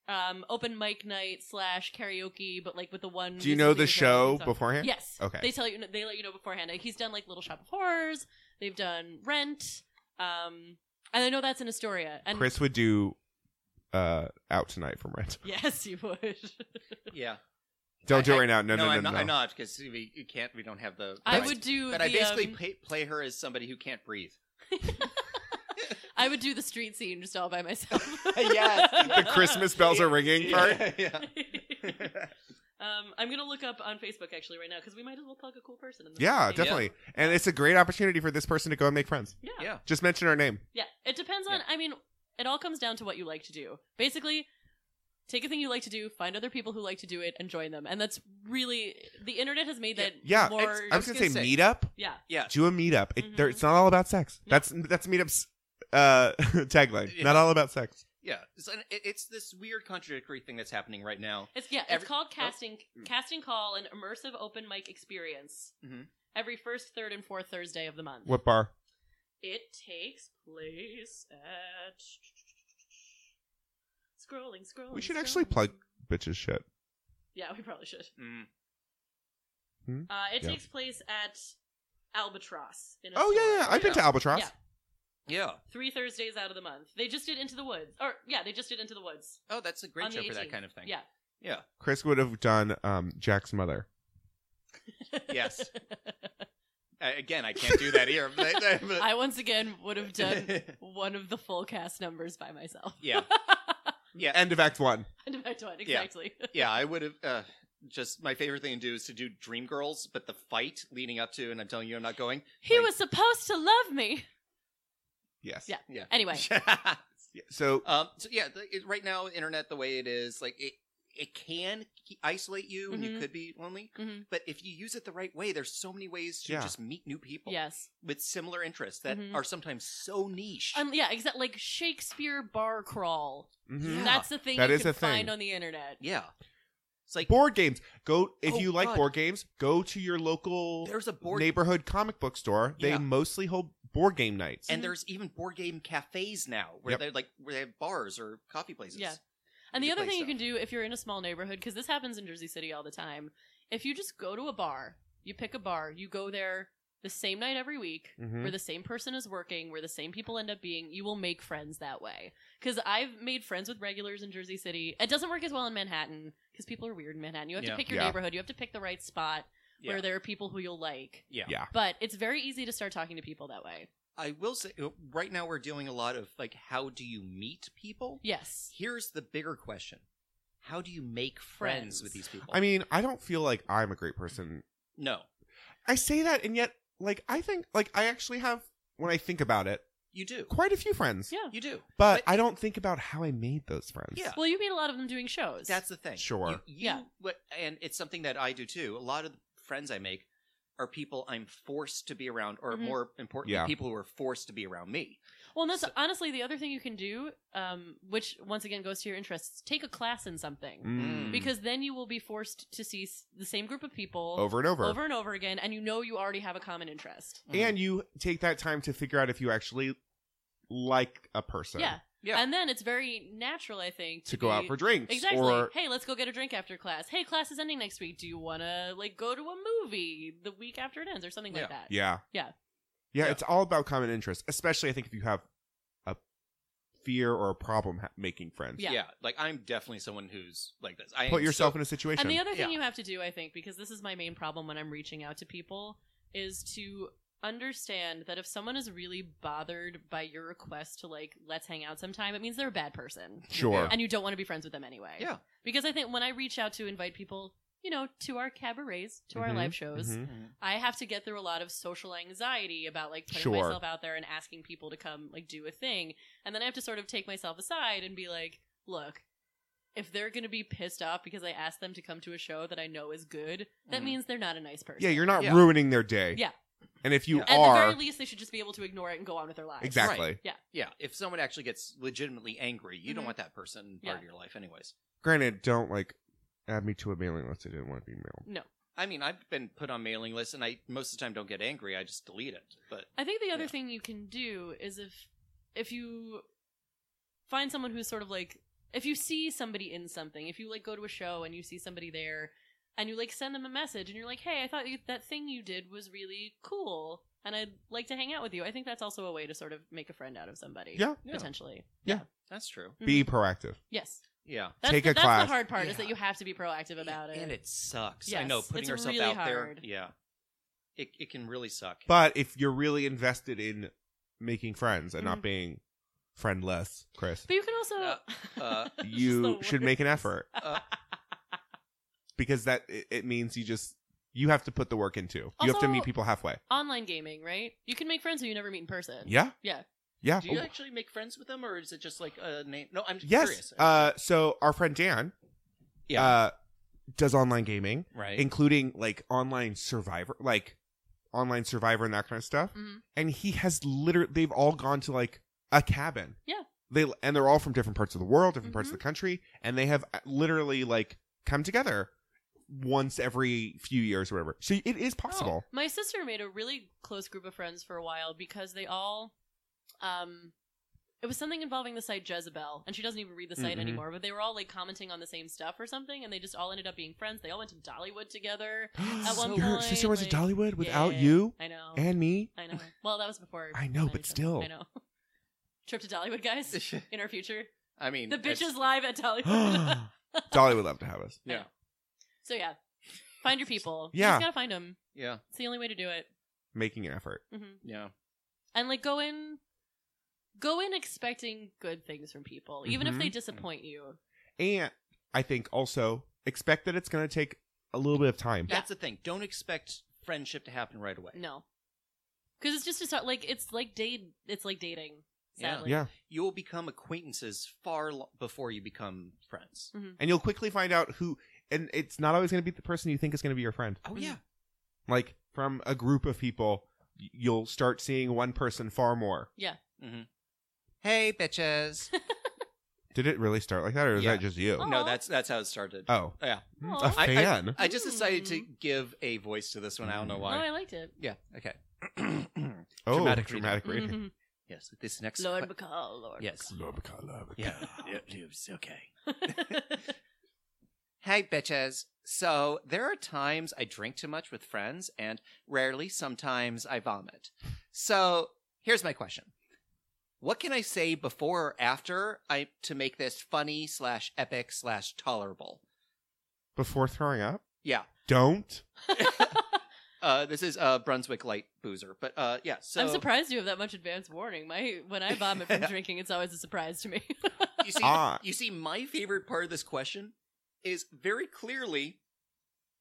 Speaker 3: um, open mic night slash karaoke, but like with the one.
Speaker 1: Do you
Speaker 3: musical
Speaker 1: know the
Speaker 3: leader singing
Speaker 1: show
Speaker 3: song.
Speaker 1: beforehand?
Speaker 3: Yes.
Speaker 1: Okay.
Speaker 3: They tell you. They let you know beforehand. Like, he's done like Little Shop of Horrors. They've done Rent. Um, and I know that's in Astoria. And
Speaker 1: Chris would do uh out tonight from rent.
Speaker 3: Yes, you would.
Speaker 2: Yeah.
Speaker 1: Don't
Speaker 2: I-
Speaker 1: do it
Speaker 2: I-
Speaker 1: right now. No, no, no,
Speaker 2: I'm
Speaker 1: no.
Speaker 2: not. I'm not because we you can't. We don't have the.
Speaker 3: I
Speaker 2: rights.
Speaker 3: would do.
Speaker 2: But
Speaker 3: the,
Speaker 2: I basically
Speaker 3: um,
Speaker 2: play, play her as somebody who can't breathe.
Speaker 3: I would do the street scene just all by myself.
Speaker 2: Yes.
Speaker 1: The Christmas bells are ringing part.
Speaker 2: yeah.
Speaker 3: um, I'm gonna look up on Facebook actually right now because we might as well plug a cool person. In this
Speaker 1: Yeah,
Speaker 3: thing.
Speaker 1: definitely. And it's a great opportunity for this person to go and make friends.
Speaker 3: Yeah. yeah,
Speaker 2: Yeah.
Speaker 1: Just mention our name.
Speaker 3: It depends on. I mean, it all comes down to what you like to do. Basically, take a thing you like to do, find other people who like to do it, and join them. And that's really the internet has made that.
Speaker 1: Yeah,
Speaker 3: more,
Speaker 2: it's-
Speaker 1: I
Speaker 2: I'm
Speaker 1: was gonna
Speaker 2: just
Speaker 1: say,
Speaker 2: gonna say-
Speaker 1: meetup.
Speaker 3: yeah.
Speaker 2: Yeah.
Speaker 1: Do a meetup. It,
Speaker 3: Mhm.
Speaker 1: there, it's not all about sex.
Speaker 3: No.
Speaker 1: That's that's meetups uh tagline. Not all about sex.
Speaker 2: Yeah. It's, an- it- it's this weird contradictory thing that's happening right now.
Speaker 3: It's yeah.
Speaker 2: Every-
Speaker 3: it's called
Speaker 1: oh,
Speaker 3: casting
Speaker 1: mm.
Speaker 3: casting call an immersive open mic experience.
Speaker 2: Mhm.
Speaker 3: Every first, third, and fourth Thursday of the month.
Speaker 1: Mm-hmm. What bar?
Speaker 3: It takes place at. Scrolling, scrolling.
Speaker 1: We should actually
Speaker 3: scrolling.
Speaker 1: plug bitches shit.
Speaker 3: Yeah, we probably should.
Speaker 2: Mm.
Speaker 3: Uh, it
Speaker 1: Yeah.
Speaker 3: takes place at Albatross. In
Speaker 1: Oh yeah, yeah. I've been to Albatross.
Speaker 3: Yeah.
Speaker 2: Yeah.
Speaker 3: Three Thursdays out of the month. They just did Into the Woods. Or, yeah, they just did Into the Woods.
Speaker 2: Oh, that's a great
Speaker 3: on
Speaker 2: show
Speaker 3: the
Speaker 2: for that
Speaker 3: 18th.
Speaker 2: kind of thing.
Speaker 3: Yeah.
Speaker 2: Yeah.
Speaker 1: Chris would have done um Jack's mother.
Speaker 2: Yes. I, again, I can't do that here. But, but-
Speaker 3: I once again would have done one of the full cast numbers by myself.
Speaker 2: yeah,
Speaker 1: End of Act One.
Speaker 3: And back to it,
Speaker 2: Yeah.
Speaker 3: exactly.
Speaker 2: yeah. I would have uh, just my favorite thing to do is to do Dream Girls, but the fight leading up to, and I'm telling you, I'm not going.
Speaker 3: He
Speaker 2: Like-
Speaker 3: was supposed to love me.
Speaker 1: Yes.
Speaker 3: Yeah.
Speaker 2: Yeah.
Speaker 3: Anyway,
Speaker 1: Yeah. So
Speaker 2: Um, so yeah, the, it, right now, internet the way it is, like it, it can ke- isolate you, and you
Speaker 3: Mhm.
Speaker 2: could be lonely.
Speaker 3: Mhm.
Speaker 2: But if you use it the right way, there's so many ways to
Speaker 1: Yeah.
Speaker 2: just meet new people
Speaker 3: yes.
Speaker 2: with similar interests that
Speaker 3: Mhm.
Speaker 2: are sometimes so niche.
Speaker 3: Um, yeah, exactly. Like Shakespeare bar crawl.
Speaker 1: mhm.
Speaker 2: Yeah.
Speaker 3: That's the thing
Speaker 1: That
Speaker 3: you
Speaker 1: is
Speaker 3: can
Speaker 1: a thing.
Speaker 3: find on the internet.
Speaker 2: yeah, it's like
Speaker 1: board games. Go if
Speaker 2: Oh,
Speaker 1: you like
Speaker 2: God.
Speaker 1: board games. Go to your local
Speaker 2: there's a board,
Speaker 1: neighborhood comic book store. They
Speaker 2: Yeah.
Speaker 1: mostly hold board game nights.
Speaker 2: and there's even board game cafes now where
Speaker 1: Yep.
Speaker 2: they're like where they have bars or coffee places.
Speaker 3: Yeah. And the
Speaker 2: You
Speaker 3: other
Speaker 2: play
Speaker 3: thing you
Speaker 2: stuff.
Speaker 3: can do if you're in a small neighborhood, because this happens in Jersey City all the time, if you just go to a bar, you pick a bar, you go there the same night every week,
Speaker 1: Mhm.
Speaker 2: Mm-hmm.
Speaker 3: where the same person is working, where the same people end up being, you will make friends that way. Because I've made friends with regulars in Jersey City. It doesn't work as well in Manhattan because people are weird in Manhattan. You have
Speaker 2: Yeah.
Speaker 3: to pick your
Speaker 1: Yeah.
Speaker 3: neighborhood, you have to pick the right spot
Speaker 2: Yeah.
Speaker 3: where there are people who you'll like.
Speaker 2: Yeah.
Speaker 1: Yeah.
Speaker 3: But it's very easy to start talking to people that way.
Speaker 2: I will say uh, right now we're doing a lot of like how do you meet people?
Speaker 3: Yes.
Speaker 2: Here's the bigger question. How do you make friends,
Speaker 3: Friends.
Speaker 2: with these people?
Speaker 1: I mean, I don't feel like I'm a great person.
Speaker 2: no.
Speaker 1: I say that, and yet, like, I think, like, I actually have, when I think about it,
Speaker 2: You do.
Speaker 1: quite a few friends.
Speaker 3: Yeah.
Speaker 2: You do.
Speaker 1: But I don't think about how I made those friends.
Speaker 2: Yeah.
Speaker 3: Well, you meet a lot of them doing shows.
Speaker 2: That's the thing.
Speaker 1: Sure.
Speaker 2: You, you-
Speaker 3: Yeah.
Speaker 2: what- and it's something that I do too. A lot of the friends I make are people I'm forced to be around, or
Speaker 3: Mhm.
Speaker 2: more importantly,
Speaker 1: Yeah.
Speaker 2: people who are forced to be around me.
Speaker 3: Well, and that's
Speaker 2: So-
Speaker 3: honestly the other thing you can do, um, which once again goes to your interests. Take a class in something
Speaker 1: Mm.
Speaker 3: because then you will be forced to see s- the same group of people
Speaker 1: Over and over.
Speaker 3: and over again, and you know you already have a common interest.
Speaker 1: And you take that time to figure out if you actually like a person.
Speaker 3: Yeah.
Speaker 2: Yeah.
Speaker 3: and then it's very natural, I think, to,
Speaker 1: To go out
Speaker 3: be-
Speaker 1: for drinks.
Speaker 3: Exactly.
Speaker 1: Or
Speaker 3: hey, let's go get a drink after class. Hey, class is ending next week. Do you want to like go to a movie the week after it ends, or something like that?
Speaker 1: Yeah.
Speaker 3: Yeah.
Speaker 1: Yeah,
Speaker 2: Yeah.
Speaker 1: it's all about common interest, especially I think if you have a fear or a problem ha- making friends.
Speaker 3: Yeah.
Speaker 2: yeah. like I'm definitely someone who's like this. I am
Speaker 1: Put yourself
Speaker 2: so-
Speaker 1: in a situation.
Speaker 3: And the other thing
Speaker 2: Yeah.
Speaker 3: you have to do, I think, because this is my main problem when I'm reaching out to people, is to understand that if someone is really bothered by your request to like let's hang out sometime, it means they're a bad person,
Speaker 1: sure.
Speaker 3: and you don't want to be friends with them anyway.
Speaker 2: Yeah.
Speaker 3: Because I think when I reach out to invite people, you know, to our cabarets, to our
Speaker 1: Mhm,
Speaker 3: live
Speaker 2: Mm-hmm.
Speaker 3: shows,
Speaker 1: Mhm.
Speaker 3: I have to get through a lot of social anxiety about like putting
Speaker 1: Sure.
Speaker 3: myself out there and asking people to come like do a thing. And then I have to sort of take myself aside and be like, look, if they're going to be pissed off because I asked them to come to a show that I know is good, that
Speaker 2: Mhm.
Speaker 3: means they're not a nice person.
Speaker 1: Mm. Yeah, you're not
Speaker 2: Yeah.
Speaker 1: ruining their day.
Speaker 3: Yeah.
Speaker 1: And if you
Speaker 2: Yeah.
Speaker 3: At the
Speaker 1: are,
Speaker 3: very least, they should just be able to ignore it and go on with their lives.
Speaker 1: exactly.
Speaker 2: Right. Yeah, if someone actually gets legitimately angry, you don't
Speaker 3: Mhm.
Speaker 2: want that person part of your life, anyways.
Speaker 1: Granted, don't like add me to a mailing list. I didn't want to be mailed.
Speaker 2: I mean, I've been put on mailing lists, and I most of the time don't get angry. I just delete it. But
Speaker 3: I think the other
Speaker 2: Yeah.
Speaker 3: thing you can do is if if you find someone who's sort of like if you see somebody in something, if you like go to a show and you see somebody there and you like send them a message and you're like, "Hey, I thought you, that thing you did was really cool and I'd like to hang out with you." I think that's also a way to sort of make a friend out of somebody.
Speaker 1: Yeah.
Speaker 2: Yeah.
Speaker 3: Potentially. Mm-hmm.
Speaker 2: that's true.
Speaker 1: Be proactive.
Speaker 3: Yes.
Speaker 2: Yeah,
Speaker 3: That's
Speaker 1: Take
Speaker 3: the,
Speaker 1: a
Speaker 3: that's
Speaker 1: class.
Speaker 3: the hard part is
Speaker 2: Yeah.
Speaker 3: that you have to be proactive about it.
Speaker 2: and it sucks. I
Speaker 3: Yes,
Speaker 2: know putting
Speaker 3: it's
Speaker 2: yourself
Speaker 3: really
Speaker 2: out
Speaker 3: hard.
Speaker 2: there. Yeah, it it can really suck.
Speaker 1: But if you're really invested in making friends and
Speaker 3: Mm-hmm.
Speaker 1: not being friendless, Chris,
Speaker 3: But you can also
Speaker 2: Uh, uh,
Speaker 3: It's just
Speaker 1: you
Speaker 3: the
Speaker 1: should make an
Speaker 3: worst.
Speaker 1: effort
Speaker 2: Uh,
Speaker 1: because that it, it means you just you have to put the work into. you have to
Speaker 3: Also-
Speaker 1: meet people halfway.
Speaker 3: Online gaming, right? You can make friends who you never meet in person.
Speaker 1: Yeah.
Speaker 3: Yeah.
Speaker 1: Yeah.
Speaker 2: do you
Speaker 1: Oh,
Speaker 2: actually make friends with them, or is it just like a name? No, I'm just
Speaker 1: yes.
Speaker 2: curious.
Speaker 1: Uh, so our friend Dan,
Speaker 2: yeah,
Speaker 1: uh, does online gaming,
Speaker 2: right.
Speaker 1: including like online survivor, like online survivor and that kind of stuff.
Speaker 3: Mhm.
Speaker 1: and he has literally they've all gone to like a cabin
Speaker 3: Yeah.
Speaker 1: they and they're all from different parts of the world different parts of
Speaker 3: Mhm.
Speaker 1: the country and they have uh, literally like come together once every few years or whatever so it is possible
Speaker 3: Oh, My sister made a really close group of friends for a while because they all, um, it was something involving the site Jezebel, and she doesn't even read the site
Speaker 1: Mhm.
Speaker 3: anymore. But they were all like commenting on the same stuff or something, and they just all ended up being friends. They all went to Dollywood together. At one
Speaker 1: your
Speaker 3: point,
Speaker 1: sister went to
Speaker 3: like-
Speaker 1: dollywood without
Speaker 3: Yeah,
Speaker 1: you
Speaker 3: I know.
Speaker 1: and me
Speaker 3: I know. Well, that was before.
Speaker 1: I know,
Speaker 3: my
Speaker 1: but
Speaker 3: show.
Speaker 1: still.
Speaker 3: I know. Trip to Dollywood, guys. In our future,
Speaker 2: I mean,
Speaker 3: the
Speaker 2: that's-
Speaker 3: bitches live at Dollywood.
Speaker 1: dolly would love to have us
Speaker 2: Yeah,
Speaker 3: so yeah, find your people.
Speaker 1: Yeah.
Speaker 3: you just gotta find them.
Speaker 2: yeah.
Speaker 3: It's the only way to do it.
Speaker 1: making an effort.
Speaker 3: Mhm.
Speaker 2: Yeah.
Speaker 3: and like go in, go in expecting good things from people, even
Speaker 1: Mhm.
Speaker 2: Mm-hmm.
Speaker 3: if they disappoint you.
Speaker 1: And I think also expect that it's going to take a little bit of time.
Speaker 2: That's the thing. Don't expect friendship to happen right away.
Speaker 3: No, because it's just a start. Like it's like date. It's like dating.
Speaker 2: Yeah.
Speaker 3: Sadly,
Speaker 1: yeah.
Speaker 2: You will become acquaintances far lo- before you become friends.
Speaker 1: And you'll quickly find out who, and it's not always going to be the person you think is going to be your friend.
Speaker 2: Oh
Speaker 3: Mhm.
Speaker 2: yeah.
Speaker 1: Like from a group of people, y- you'll start seeing one person far more.
Speaker 2: Hey bitches.
Speaker 1: Did it really start like that, or is
Speaker 2: Yeah.
Speaker 1: that just you?
Speaker 3: Oh.
Speaker 2: no, that's that's how it started.
Speaker 1: Oh.
Speaker 2: Yeah.
Speaker 1: Hmm,
Speaker 3: Aw.
Speaker 1: A
Speaker 2: I- I-
Speaker 1: fan.
Speaker 2: I just decided
Speaker 3: Hmm.
Speaker 2: to give a voice to this one. I don't know
Speaker 3: Oh,
Speaker 2: why.
Speaker 3: I liked it.
Speaker 2: Yeah. Okay.
Speaker 1: oh,
Speaker 2: dramatic
Speaker 1: dramatic,
Speaker 2: reading.
Speaker 1: reading.
Speaker 3: Mhm.
Speaker 2: yes. This next.
Speaker 3: Lord
Speaker 2: que-
Speaker 3: Bacall, Lord.
Speaker 2: yes. Yeah. It's okay.
Speaker 3: Bacall.
Speaker 2: Hey, bitches. So, there are times I drink too much with friends, and rarely, sometimes I vomit. So, here's my question What can I say before or after I to make this funny slash epic slash tolerable?
Speaker 1: Before throwing up?
Speaker 2: Yeah.
Speaker 1: Don't.
Speaker 2: Uh, this is uh, Brunswick Light Boozer. But uh, yeah, so
Speaker 3: I'm surprised you have that much advance warning. My when I vomit from drinking, it's always a surprise to me.
Speaker 2: you see,
Speaker 1: Ah.
Speaker 2: you see, my favorite part of this question is very clearly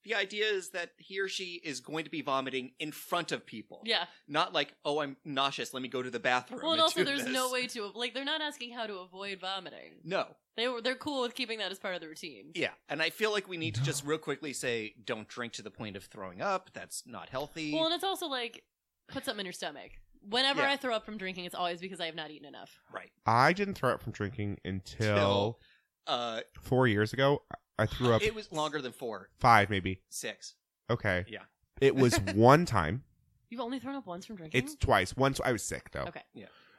Speaker 2: the idea is that he or she is going to be vomiting in front of people.
Speaker 3: yeah.
Speaker 2: not like oh i'm nauseous let me go to the bathroom
Speaker 3: Well, and also
Speaker 2: do
Speaker 3: there's
Speaker 2: this.
Speaker 3: no way to like they're not asking how to avoid vomiting.
Speaker 2: no
Speaker 3: They were they're cool with keeping that as part of the routine.
Speaker 2: yeah and i feel like we need to
Speaker 1: No.
Speaker 2: just real quickly say don't drink to the point of throwing up that's not healthy
Speaker 3: Well, and it's also like put something in your stomach. Whenever
Speaker 2: Yeah.
Speaker 3: I throw up from drinking, it's always because I have not eaten enough.
Speaker 2: right
Speaker 1: I didn't throw up from drinking until
Speaker 2: Till- uh
Speaker 1: four years ago. I threw up
Speaker 2: it was longer than four
Speaker 1: five, maybe.
Speaker 2: six
Speaker 1: Okay.
Speaker 2: Yeah.
Speaker 1: It was one time.
Speaker 3: You've only thrown up once from drinking.
Speaker 2: Mm-hmm.
Speaker 1: It's twice. Once I was sick though.
Speaker 3: Okay.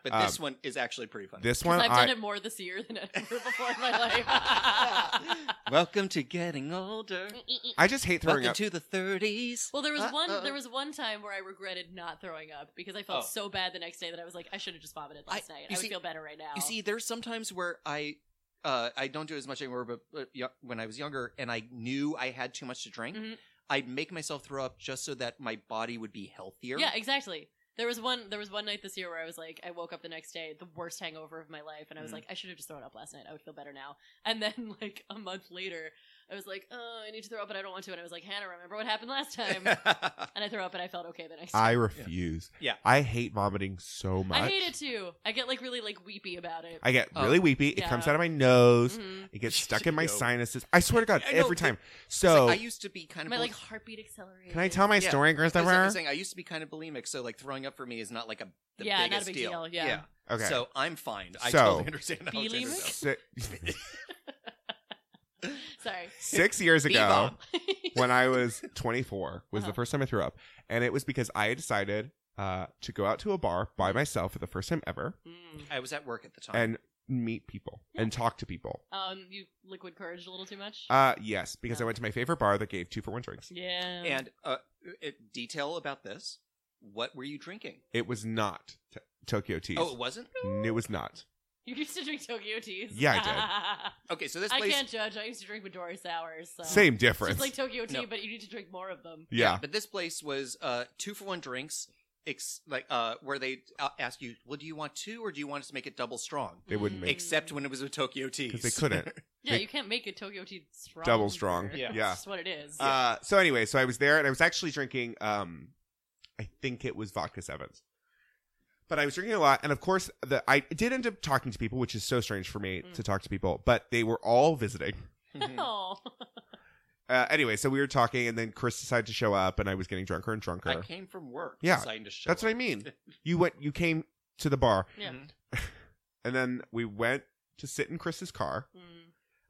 Speaker 2: but
Speaker 1: Um,
Speaker 2: this one is actually pretty funny
Speaker 1: This
Speaker 3: because
Speaker 1: one,
Speaker 3: I've
Speaker 1: I,
Speaker 3: done it more this year than ever before in my life.
Speaker 2: welcome to getting older
Speaker 1: I just hate throwing
Speaker 2: welcome
Speaker 1: up.
Speaker 2: to the 30s
Speaker 3: Well, there was one.
Speaker 2: Uh-oh.
Speaker 3: There was one time where I regretted not throwing up because I felt
Speaker 2: uh, Oh.
Speaker 3: so bad the next day that I was like, I should have just vomited last night. I
Speaker 2: you
Speaker 3: would
Speaker 2: see-
Speaker 3: feel better right now.
Speaker 2: You see, there's sometimes where I, uh, I don't do it as much anymore, but, but yo- when I was younger and I knew I had too much to drink,
Speaker 3: Mhm.
Speaker 2: I'd make myself throw up just so that my body would be healthier.
Speaker 3: yeah, exactly. There was one. There was one night this year where I was like, I woke up the next day, the worst hangover of my life, and I was
Speaker 2: Mhm.
Speaker 1: Mm-hmm.
Speaker 3: like, I should have just thrown up last night. I would feel better now. And then like a month later, I was like, oh, I need to throw up, but I don't want to. And I was like, Hannah, remember what happened last time? and I threw up, and I felt okay the next.
Speaker 1: I
Speaker 3: day.
Speaker 1: refuse.
Speaker 2: Yeah.
Speaker 1: I hate vomiting so much.
Speaker 3: I hate it too. I get like really like weepy about it.
Speaker 1: I get
Speaker 2: Oh. Mm-hmm.
Speaker 1: really weepy. It
Speaker 3: Yeah.
Speaker 1: comes out of my nose.
Speaker 3: Mhm.
Speaker 1: It gets stuck in my
Speaker 2: Yo.
Speaker 1: sinuses. I swear to God,
Speaker 2: I know,
Speaker 1: every
Speaker 2: but-
Speaker 1: time.
Speaker 2: so
Speaker 1: So,
Speaker 2: I used to be kind of.
Speaker 3: My
Speaker 2: bul-
Speaker 3: like heartbeat accelerated.
Speaker 1: can I tell my
Speaker 2: Yeah.
Speaker 1: story,
Speaker 2: I was, I
Speaker 1: Christopher?
Speaker 2: was saying I used to be kind of bulimic, so like throwing up for me is not like a the
Speaker 3: Yeah, not a
Speaker 2: biggest
Speaker 3: big deal, yeah.
Speaker 1: Okay.
Speaker 2: So I'm fine. I
Speaker 1: So-
Speaker 2: totally understand. how it
Speaker 3: Bulimic?
Speaker 2: is.
Speaker 1: Si-
Speaker 3: Sorry.
Speaker 1: six years ago.
Speaker 2: Bebop.
Speaker 1: when I was 24 was
Speaker 3: Uh-huh.
Speaker 1: the first time I threw up, and it was because I had decided uh, to go out to a bar by
Speaker 3: Mm-hmm.
Speaker 1: myself for the first time ever
Speaker 3: Mm.
Speaker 2: I was at work at the time.
Speaker 1: and meet people and talk to people.
Speaker 3: Um, you liquid couraged a little too much.
Speaker 1: Uh, yes, because I went to my favorite bar that gave two for one drinks.
Speaker 3: yeah.
Speaker 2: and uh, it, detail about this. What were you drinking?
Speaker 1: It was not t- Tokyo Teas.
Speaker 2: Oh, it wasn't.
Speaker 1: It was not.
Speaker 3: you used to drink Tokyo teas.
Speaker 1: Yeah,
Speaker 2: Okay, so this
Speaker 3: I
Speaker 2: place.
Speaker 3: can't judge. I used to drink Midori sours. So.
Speaker 1: Same
Speaker 3: It's
Speaker 1: difference.
Speaker 3: just like Tokyo tea,
Speaker 2: No.
Speaker 3: but you need to drink more of them.
Speaker 1: yeah.
Speaker 2: but this place was uh two for one drinks ex- like uh where they uh, ask you well do you want two or do you want us to make it double strong
Speaker 1: They wouldn't make-
Speaker 2: Mm. except
Speaker 3: Hmm.
Speaker 2: when it was with tokyo tea
Speaker 1: Because they couldn't.
Speaker 3: Mm. Yeah,
Speaker 1: They-
Speaker 3: you can't make a Tokyo tea strong.
Speaker 1: Double strong.
Speaker 3: beer.
Speaker 2: Yeah.
Speaker 1: Yeah.
Speaker 3: That's what it is.
Speaker 1: Uh, so anyway, so I was there and I was actually drinking, um, I think it was vodka sevens, but I was drinking a lot. And of course the, I did end up talking to people, which is so strange for me
Speaker 3: Mm.
Speaker 1: to talk to people, but they were all visiting.
Speaker 3: oh.
Speaker 1: Uh, anyway, so we were talking and then Chris decided to show up and I was getting drunker and
Speaker 2: i
Speaker 1: drunker.
Speaker 2: came from work
Speaker 1: Yeah,
Speaker 2: deciding to show
Speaker 1: That's what I
Speaker 2: up.
Speaker 1: mean. You went, you came to the bar
Speaker 3: Yeah.
Speaker 2: Mhm.
Speaker 1: and then we went to sit in Chris's car
Speaker 3: Mm.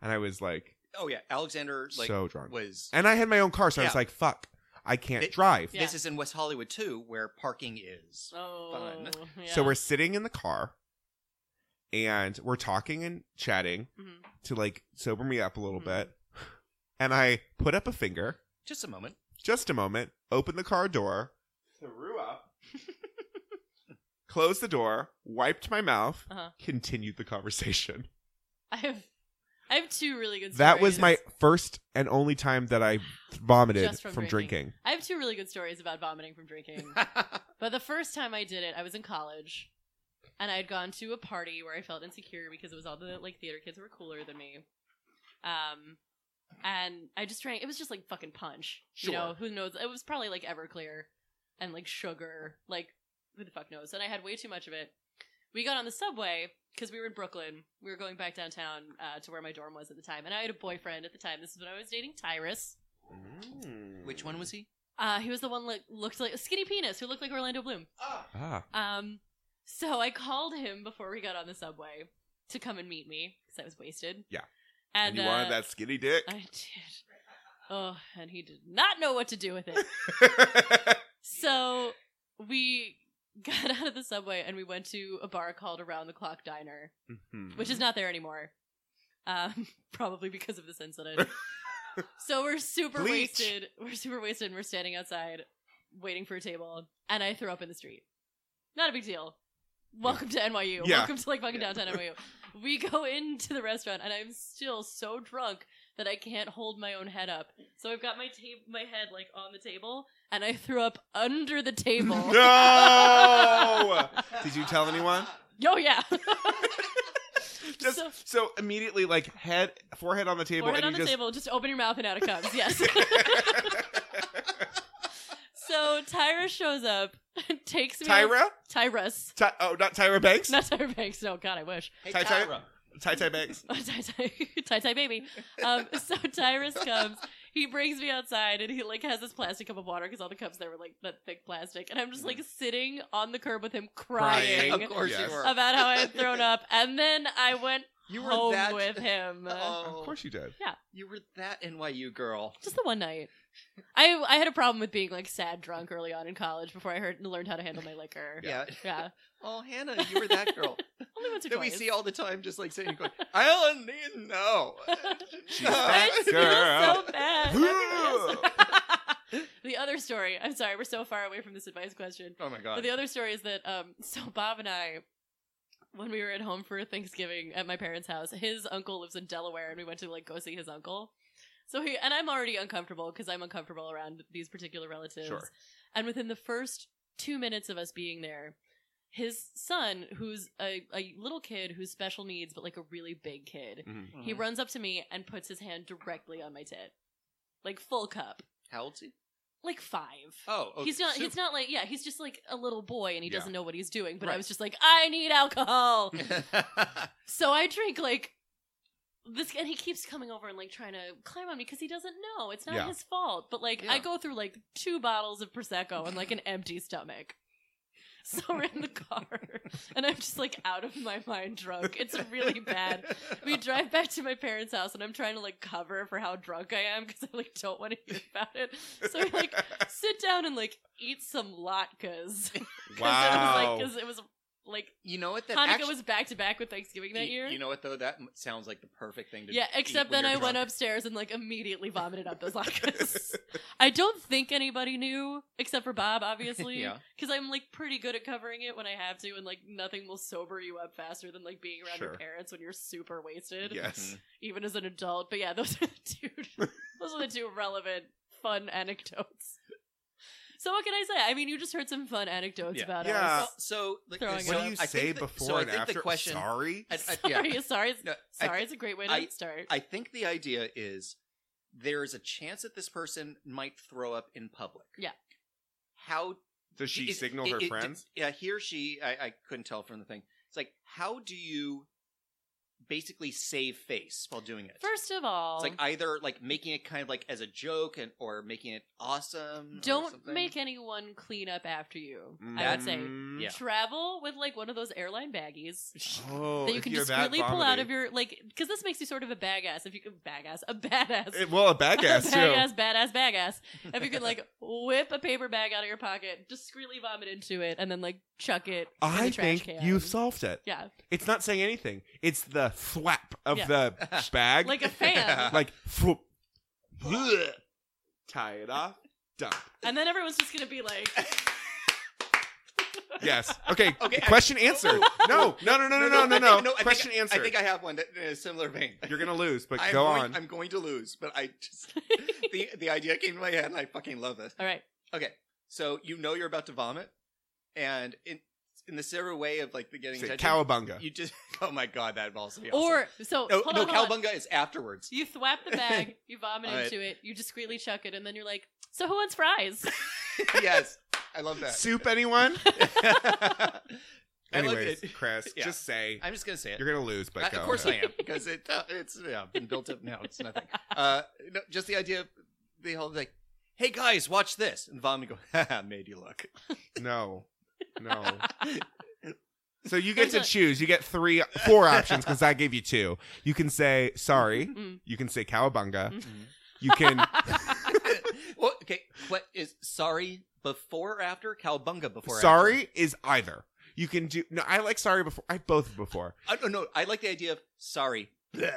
Speaker 1: and I was like
Speaker 2: oh yeah alexander like
Speaker 1: so drunk.
Speaker 2: was
Speaker 1: And I had my own car, so I was
Speaker 2: Yeah.
Speaker 1: like, fuck, I can't
Speaker 2: It-
Speaker 1: drive.
Speaker 3: Yeah.
Speaker 2: this is in west hollywood too where parking is
Speaker 3: Oh. Yeah.
Speaker 1: So we're sitting in the car and we're talking and chatting
Speaker 3: Mhm.
Speaker 1: to like sober me up a little
Speaker 3: Mhm.
Speaker 1: bit. And I put up a finger,
Speaker 2: just a moment
Speaker 1: just a moment, opened the car door, threw up, closed the door, wiped my mouth,
Speaker 3: Uh-huh.
Speaker 1: continued the conversation.
Speaker 3: I have. I have two really good.
Speaker 1: That was my
Speaker 3: stories.
Speaker 1: first and only time that I vomited
Speaker 3: Just
Speaker 1: from,
Speaker 3: from
Speaker 1: drinking.
Speaker 3: I have have two really good stories about vomiting from drinking. But the first time I did it, I was in college, and I had gone to a party where I felt insecure because it was all the like theater kids who were cooler than me. Um, and I just drank. It was just like fucking punch. You know,
Speaker 2: Sure.
Speaker 3: who knows? It was probably like Everclear and like sugar. Like who the fuck knows? And I had way too much of it. We got on the subway because we were in Brooklyn. We were going back downtown uh, to where my dorm was at the time, and I had a boyfriend at the time. This is when I was dating Tyrus.
Speaker 1: Mm.
Speaker 2: Which one was he?
Speaker 3: Uh, he was the one that looked like skinny penis, who looked like Orlando Bloom.
Speaker 1: Ah,
Speaker 3: Um, so I called him before we got on the subway to come and meet me because I was wasted.
Speaker 1: Yeah. and
Speaker 3: and,
Speaker 1: you
Speaker 3: uh,
Speaker 1: wanted that skinny dick.
Speaker 3: I did. Oh, and he did not know what to do with it. so we got out of the subway and we went to a bar called Around the Clock Diner,
Speaker 1: Mhm.
Speaker 3: which is not there anymore. Um, probably because of this incident. so we're super
Speaker 1: Bleach.
Speaker 3: wasted. We're super wasted and we're standing outside waiting for a table and I threw up in the street. Not a big deal. Welcome to NYU.
Speaker 1: Yeah.
Speaker 3: Welcome to like fucking downtown NYU. We go into the restaurant and I'm still so drunk that I can't hold my own head up. So I've got my ta- my head like on the table and I threw up under the table.
Speaker 1: no. Did you tell anyone?
Speaker 3: Oh yeah.
Speaker 1: Just so,
Speaker 3: So-
Speaker 1: immediately, like head, forehead on the table,
Speaker 3: Forehead on
Speaker 1: and
Speaker 3: the
Speaker 1: you just.
Speaker 3: table, just open your mouth and out it comes. Yes. so Tyra shows up, takes me.
Speaker 1: Tyra?
Speaker 3: Tyrus.
Speaker 1: Ty- oh, not Tyra Banks.
Speaker 3: Not Tyra Banks. No, God, I wish.
Speaker 2: Hey,
Speaker 1: Ty- Ty- Ty Ty Banks.
Speaker 3: Oh, Ty Ty, Ty Ty baby. Um, so Tyrus comes. He brings me outside, and he like has this plastic cup of water because all the cups there were like that thick plastic, and I'm just like sitting on the curb with him crying,
Speaker 1: Crying.
Speaker 2: Of course
Speaker 1: Yes.
Speaker 2: you were.
Speaker 3: about how I had thrown up, and then I went
Speaker 2: you were
Speaker 3: home
Speaker 2: that.
Speaker 3: with him.
Speaker 2: Oh,
Speaker 1: Of course you did.
Speaker 2: you were that NYU girl.
Speaker 3: Just the one night. I I had a problem with being like sad drunk early on in college before I heard learned how to handle my liquor.
Speaker 2: Yeah.
Speaker 3: Yeah.
Speaker 2: Oh, Hannah, you were that girl
Speaker 3: Only once or
Speaker 2: that we
Speaker 3: twice.
Speaker 2: see all the time, just like saying, going, "I don't need no."
Speaker 1: She's
Speaker 3: I
Speaker 1: that
Speaker 3: just feel
Speaker 1: girl.
Speaker 3: so bad. Everyone is- the other story. I'm sorry, we're so far away from this advice question.
Speaker 2: Oh my
Speaker 3: But
Speaker 2: god.
Speaker 3: the other story is that um, so Bob and I, when we were at home for Thanksgiving at my parents' house, his uncle lives in Delaware, and we went to like go see his uncle. So he and I'm already uncomfortable because I'm uncomfortable around these particular relatives.
Speaker 1: Sure.
Speaker 3: And within the first two minutes of us being there, his son, who's a, a little kid who's special needs, but like a really big kid,
Speaker 1: Mm-hmm.
Speaker 3: he
Speaker 2: Mhm.
Speaker 3: runs up to me and puts his hand directly on my tit, like full cup,
Speaker 2: How old's he?
Speaker 3: like five.
Speaker 2: Oh, oh,
Speaker 3: he's not.
Speaker 2: super-
Speaker 3: He's not like. Yeah, he's just like a little boy, and he
Speaker 1: Yeah.
Speaker 3: doesn't know what he's doing. But I
Speaker 2: Right.
Speaker 3: was just like, I need alcohol,
Speaker 2: That's
Speaker 3: so I drink like this. And he keeps coming over and like trying to climb on me because he doesn't know it's not
Speaker 1: Yeah.
Speaker 3: his fault. But like, I
Speaker 2: Yeah.
Speaker 3: go through like two bottles of prosecco and like an empty stomach. So we're in the car, and I'm just like out of my mind drunk. It's really bad we drive back to my parents' house and I'm trying to like cover for how drunk I am because I like don't want to hear about it. So we like sit down and like eat some latkes. 'Cause
Speaker 1: Wow.
Speaker 3: It was, like, 'cause it was like
Speaker 2: you know what? That
Speaker 3: Hanukkah
Speaker 2: actu-
Speaker 3: was back to back with Thanksgiving that
Speaker 2: you-
Speaker 3: year.
Speaker 2: You know what though? That m- sounds like the perfect thing to.
Speaker 3: yeah,
Speaker 2: eat
Speaker 3: except
Speaker 2: when
Speaker 3: then I
Speaker 2: you're
Speaker 3: went
Speaker 2: drunk.
Speaker 3: upstairs and like immediately vomited up those latkes. I don't think anybody knew except for Bob, obviously,
Speaker 2: Yeah.
Speaker 3: because I'm like pretty good at covering it when I have to, and like nothing will sober you up faster than like being around
Speaker 1: Sure.
Speaker 3: your parents when you're super wasted
Speaker 1: Yes.
Speaker 3: even as an adult. But yeah, those are the two, those are the two relevant fun anecdotes. So what can I say? I mean, you just heard some fun anecdotes
Speaker 2: Yeah.
Speaker 3: about
Speaker 1: Yeah.
Speaker 3: us.
Speaker 2: Well, so, like,
Speaker 3: Throwing
Speaker 2: so
Speaker 1: What do
Speaker 3: up.
Speaker 1: you
Speaker 2: I
Speaker 1: say
Speaker 2: think the-
Speaker 1: before
Speaker 2: so I
Speaker 1: and
Speaker 2: think
Speaker 1: after?
Speaker 2: The question,
Speaker 1: Sorry.
Speaker 2: I, I, yeah.
Speaker 3: Sorry, sorry, it's-
Speaker 2: No, I-
Speaker 3: sorry. it's a great way to
Speaker 2: I-
Speaker 3: start.
Speaker 2: I think the idea is there's a chance that this person might throw up in public.
Speaker 3: Yeah.
Speaker 2: How
Speaker 1: Does she
Speaker 2: is-
Speaker 1: signal
Speaker 2: it-
Speaker 1: her
Speaker 2: it-
Speaker 1: friends?
Speaker 2: Yeah, he or she. I, I couldn't tell from the thing. It's like, how do you basically save face while doing it?
Speaker 3: First of all,
Speaker 2: it's like either like making it kind of like as a joke and or making it awesome. or
Speaker 3: don't
Speaker 2: something.
Speaker 3: make anyone clean up after you. I would
Speaker 2: That's-
Speaker 3: say
Speaker 1: Mm.
Speaker 2: yeah.
Speaker 3: travel with like one of those airline baggies.
Speaker 1: Oh,
Speaker 3: that you
Speaker 1: if
Speaker 3: can
Speaker 1: you're that
Speaker 3: discreetly pull out
Speaker 1: vomity.
Speaker 3: of your like, because this makes you sort of a bag ass. If you can bag ass, a badass.
Speaker 1: It- well, a bad ass too.
Speaker 3: badass, badass, badass. If you could like whip a paper bag out of your pocket, discreetly vomit into it, and then like chuck it in
Speaker 1: I
Speaker 3: the trash
Speaker 1: think
Speaker 3: can.
Speaker 1: you've solved it.
Speaker 3: yeah,
Speaker 1: It's not saying anything. It's the thwap of
Speaker 3: Yeah.
Speaker 1: the bag.
Speaker 3: like a fan.
Speaker 1: like thwop. Blech. Tie it off. Dump.
Speaker 3: and then everyone's just gonna be like,
Speaker 1: Yes. Okay.
Speaker 2: Okay, I-
Speaker 1: Question answered. No. No. No. No. No. No. No. no.
Speaker 2: I think- I think-
Speaker 1: Question answered.
Speaker 2: I think I have one that in a similar vein.
Speaker 1: You're gonna lose, but
Speaker 2: I'm
Speaker 1: go
Speaker 2: going,
Speaker 1: on.
Speaker 2: I'm going to lose, but I just the the idea came to my head, and I fucking love it.
Speaker 3: "All right,
Speaker 2: Okay, so you know you're about to vomit, and in in the Sarah way of like the getting
Speaker 1: Say,
Speaker 2: attention,
Speaker 1: Cowabunga.
Speaker 2: you just oh my god, that'd also be awesome.
Speaker 3: Or so
Speaker 2: no,
Speaker 3: hold
Speaker 2: no,
Speaker 3: on, hold on.
Speaker 2: cowabunga is afterwards.
Speaker 3: You thwap the bag, you vomit
Speaker 2: All right.
Speaker 3: into it, you discreetly chuck it, and then you're like, "So who wants fries?"
Speaker 2: yes, I love that.
Speaker 1: Soup anyone?
Speaker 2: I love
Speaker 1: Anyways,
Speaker 2: it.
Speaker 1: Chris,
Speaker 2: Yeah.
Speaker 1: just say
Speaker 2: I'm just gonna say it.
Speaker 1: you're gonna lose, but
Speaker 2: I-
Speaker 1: go.
Speaker 2: Uh, of course I am because it uh, it's yeah I've been built up now. It's nothing. Uh, no, just the idea. of They all like, hey guys, watch this, and Vomit go, haha, made you look.
Speaker 1: No, no. So you get to choose. You get three, four options because I gave you two. You can say sorry.
Speaker 2: Mm-hmm.
Speaker 3: Mm.
Speaker 1: You can say cowabunga. You can
Speaker 2: well, okay, what is sorry before or after cowbunga before? or
Speaker 1: sorry is either. You can do no. I like sorry before. I both before.
Speaker 2: After? I, no, I like the idea of sorry. bleh,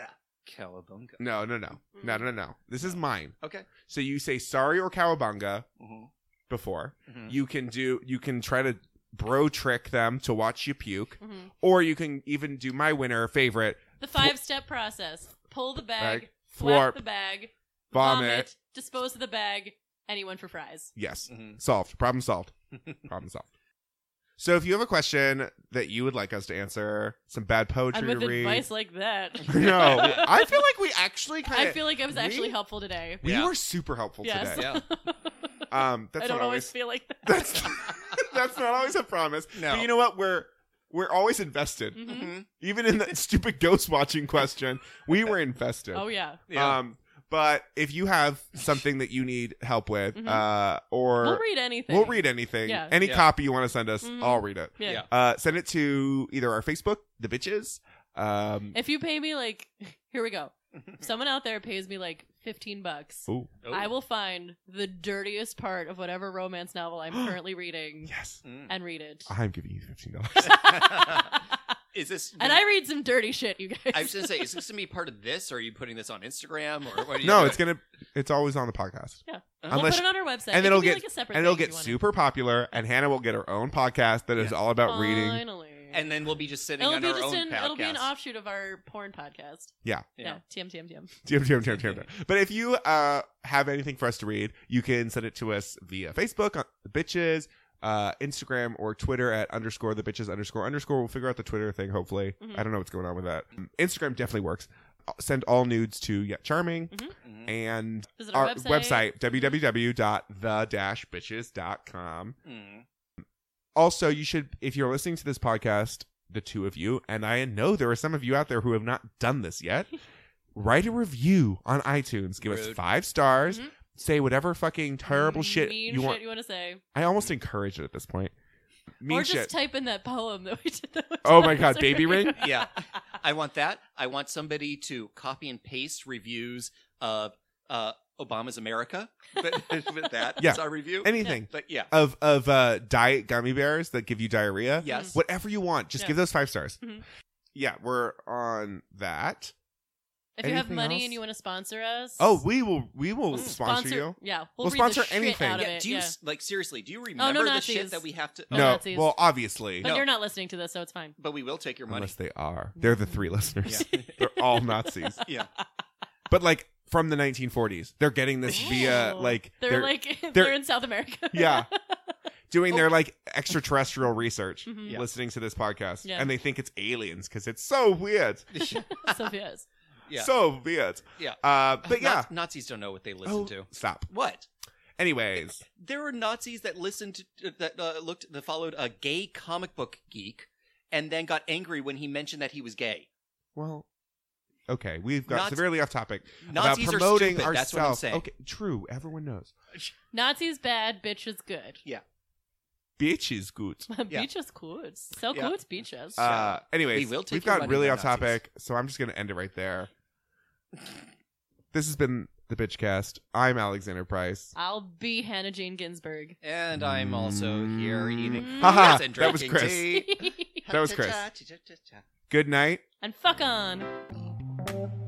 Speaker 2: Cowabunga.
Speaker 1: No, no, no, no, no, no. This is mine.
Speaker 2: Mm-hmm. Okay.
Speaker 1: So you say sorry or cowabunga
Speaker 2: Mhm.
Speaker 1: before.
Speaker 2: Mhm.
Speaker 1: You can do. You can try to bro trick them to watch you puke,
Speaker 3: Mhm.
Speaker 1: or you can even do my winner favorite
Speaker 3: The five step process: pull the bag,
Speaker 1: Bag,
Speaker 3: flap
Speaker 1: florp,
Speaker 3: the bag,
Speaker 1: vomit.
Speaker 3: dispose of the bag. Anyone for fries?
Speaker 1: Yes.
Speaker 2: Mhm.
Speaker 1: Solved. Problem solved. Problem solved. So if you have a question that you would like us to answer, some bad poetry
Speaker 3: and with
Speaker 1: to read.
Speaker 3: advice like that,
Speaker 1: no, I feel like we actually kind
Speaker 3: I
Speaker 1: of
Speaker 3: feel like I was
Speaker 1: we-
Speaker 3: actually helpful today.
Speaker 1: we
Speaker 2: Yeah.
Speaker 1: were super helpful
Speaker 3: Yes.
Speaker 1: today.
Speaker 2: Yeah.
Speaker 1: Um, that's
Speaker 3: I don't
Speaker 1: not
Speaker 3: always
Speaker 1: always.
Speaker 3: feel like that.
Speaker 1: That's that's not always a promise.
Speaker 2: No. Mm-hmm.
Speaker 1: But you know Mm-hmm. what? We're we're always invested.
Speaker 3: Mhm.
Speaker 1: Even in that stupid ghost watching question, we were invested.
Speaker 3: Oh yeah,
Speaker 2: Yeah.
Speaker 1: Um, but if you have something that you need help with,
Speaker 3: Mhm.
Speaker 1: uh, or
Speaker 3: we'll read anything.
Speaker 1: We'll read anything.
Speaker 3: Yeah.
Speaker 1: Any
Speaker 2: Mm-hmm. Yeah.
Speaker 1: copy you want to send us,
Speaker 3: Mhm.
Speaker 1: I'll read it.
Speaker 3: Yeah.
Speaker 2: Yeah.
Speaker 1: Uh, send it to either our Facebook, the bitches. Um,
Speaker 3: If you pay me like, here we go. Someone out there pays me like fifteen bucks.
Speaker 1: ooh,
Speaker 2: Oh.
Speaker 3: I will find the dirtiest part of whatever romance novel I'm currently reading
Speaker 1: yes.
Speaker 2: Mm.
Speaker 3: and read it.
Speaker 1: I'm giving you fifteen dollars.
Speaker 2: is this?
Speaker 3: and I read some dirty shit, you guys.
Speaker 2: I was gonna say, is this gonna be part of this, or are you putting this on Instagram, or what? Are you
Speaker 1: no,
Speaker 2: doing?
Speaker 1: it's gonna. It's always on the podcast,
Speaker 3: we'll
Speaker 1: unless-
Speaker 3: put it on our website,
Speaker 1: and
Speaker 3: It
Speaker 1: it'll
Speaker 3: can be,
Speaker 1: get-
Speaker 3: like a separate
Speaker 1: and it'll
Speaker 3: thing if
Speaker 1: get
Speaker 3: you want it.
Speaker 1: super popular. And Hannah will get her own podcast that is
Speaker 2: Yes.
Speaker 1: all about reading.
Speaker 3: Finally,
Speaker 2: and then we'll be just sitting
Speaker 3: it'll
Speaker 2: on
Speaker 3: be
Speaker 2: our
Speaker 3: just
Speaker 2: own
Speaker 3: an
Speaker 2: podcast.
Speaker 3: it'll be an offshoot of our porn podcast.
Speaker 1: Yeah.
Speaker 3: yeah.
Speaker 2: Yeah.
Speaker 3: TM TM TM.
Speaker 1: Jam, jam, jam, jam, jam. But if you uh, have anything for us to read, you can send it to us via Facebook, on the bitches, uh, Instagram, or Twitter at underscore the bitches underscore underscore. We'll figure out the Twitter thing, hopefully.
Speaker 3: Mhm.
Speaker 1: I don't know what's going on with that. Instagram definitely works. Uh, Send all nudes to Yet Charming Mm-hmm.
Speaker 2: Mhm.
Speaker 1: and
Speaker 3: Visit
Speaker 1: our
Speaker 3: our,
Speaker 1: website, www.the-bitches.com.
Speaker 2: Mhm.
Speaker 1: Also, you should, if you're listening to this podcast, the two of you, and I know there are some of you out there who have not done this yet, write a review on iTunes. Give us
Speaker 2: Rude.
Speaker 1: five stars.
Speaker 3: Mhm.
Speaker 1: Say whatever fucking terrible shit
Speaker 3: Mean
Speaker 1: you want.
Speaker 3: shit you want to say,
Speaker 1: I almost encourage it at this point. Mean
Speaker 3: or just
Speaker 1: shit.
Speaker 3: type in that poem that we did. That was
Speaker 1: Oh
Speaker 3: on
Speaker 1: my God,
Speaker 3: Instagram.
Speaker 1: Baby Ring?
Speaker 2: yeah. I want that. I want somebody to copy and paste reviews of uh, Obama's America. But, but that
Speaker 1: Yeah.
Speaker 2: is our review.
Speaker 1: Anything
Speaker 2: but yeah.
Speaker 1: of of uh, diet gummy bears that give you diarrhea.
Speaker 2: Yes.
Speaker 3: Mm-hmm.
Speaker 1: Whatever you want, just
Speaker 3: Yeah.
Speaker 1: give those five stars.
Speaker 3: Mhm.
Speaker 1: Yeah, we're on that.
Speaker 3: If you have
Speaker 1: Anything
Speaker 3: money
Speaker 1: else?
Speaker 3: and you want to sponsor us,
Speaker 1: Oh, we will we will
Speaker 3: we'll
Speaker 1: sponsor, you.
Speaker 3: Yeah, we'll,
Speaker 1: We'll
Speaker 3: read
Speaker 1: sponsor
Speaker 3: the shit
Speaker 1: anything.
Speaker 3: Out of
Speaker 2: Yeah,
Speaker 3: it,
Speaker 2: do you
Speaker 3: yeah. Oh,
Speaker 2: s- like seriously? Do you remember the
Speaker 3: Nazis.
Speaker 2: shit that we have to?
Speaker 3: Oh,
Speaker 1: no,
Speaker 3: Nazis.
Speaker 1: well, obviously,
Speaker 3: But
Speaker 2: No.
Speaker 3: they're not listening to this, so it's fine.
Speaker 2: but we will take your money.
Speaker 1: unless they are. They're the three listeners.
Speaker 2: Yeah.
Speaker 1: They're all Nazis,
Speaker 2: yeah.
Speaker 1: but like from the 1940s. They're getting this via
Speaker 3: Ooh.
Speaker 1: like
Speaker 3: They're, like they're, in South America.
Speaker 1: Yeah. doing their
Speaker 2: Oh.
Speaker 1: like extraterrestrial research,
Speaker 3: Mhm.
Speaker 2: Yeah.
Speaker 1: listening to this podcast,
Speaker 3: Yeah.
Speaker 1: and they think it's aliens because it's so weird,
Speaker 3: so yes.
Speaker 2: Yeah.
Speaker 1: so weird.
Speaker 2: Yeah.
Speaker 1: uh, but yeah,
Speaker 2: Naz- Nazis don't know what they listen
Speaker 1: Oh,
Speaker 2: to.
Speaker 1: stop.
Speaker 2: What?
Speaker 1: Anyways,
Speaker 2: there were Nazis that listened to, that uh, looked that followed a gay comic book geek, and then got angry when he mentioned that he was gay.
Speaker 1: well, okay, we've got
Speaker 2: Nazi-
Speaker 1: severely off topic
Speaker 2: Nazis
Speaker 1: about promoting
Speaker 2: are stupid.
Speaker 1: ourselves.
Speaker 2: That's what I'm saying.
Speaker 1: Okay, true. Everyone knows.
Speaker 3: Nazis bad, bitches good.
Speaker 1: Bitch is good.
Speaker 2: Yeah.
Speaker 3: Beaches good. So
Speaker 2: Yeah.
Speaker 3: good beaches.
Speaker 1: Uh, anyways,
Speaker 2: We will take
Speaker 1: we've
Speaker 2: your
Speaker 1: gotten
Speaker 2: money,
Speaker 1: really
Speaker 2: you
Speaker 1: off
Speaker 2: Nazis.
Speaker 1: topic, so I'm just going to end it right there. this has been the Bitchcast. I'm Alexander Price.
Speaker 3: I'll be Hannah Jane Ginsburg.
Speaker 2: And I'm also here eating.
Speaker 3: Mm.
Speaker 1: Haha,
Speaker 2: peanuts and
Speaker 1: that was
Speaker 2: drinking
Speaker 1: Chris.
Speaker 2: tea.
Speaker 3: and
Speaker 1: That was Chris. Good night.
Speaker 3: fuck on.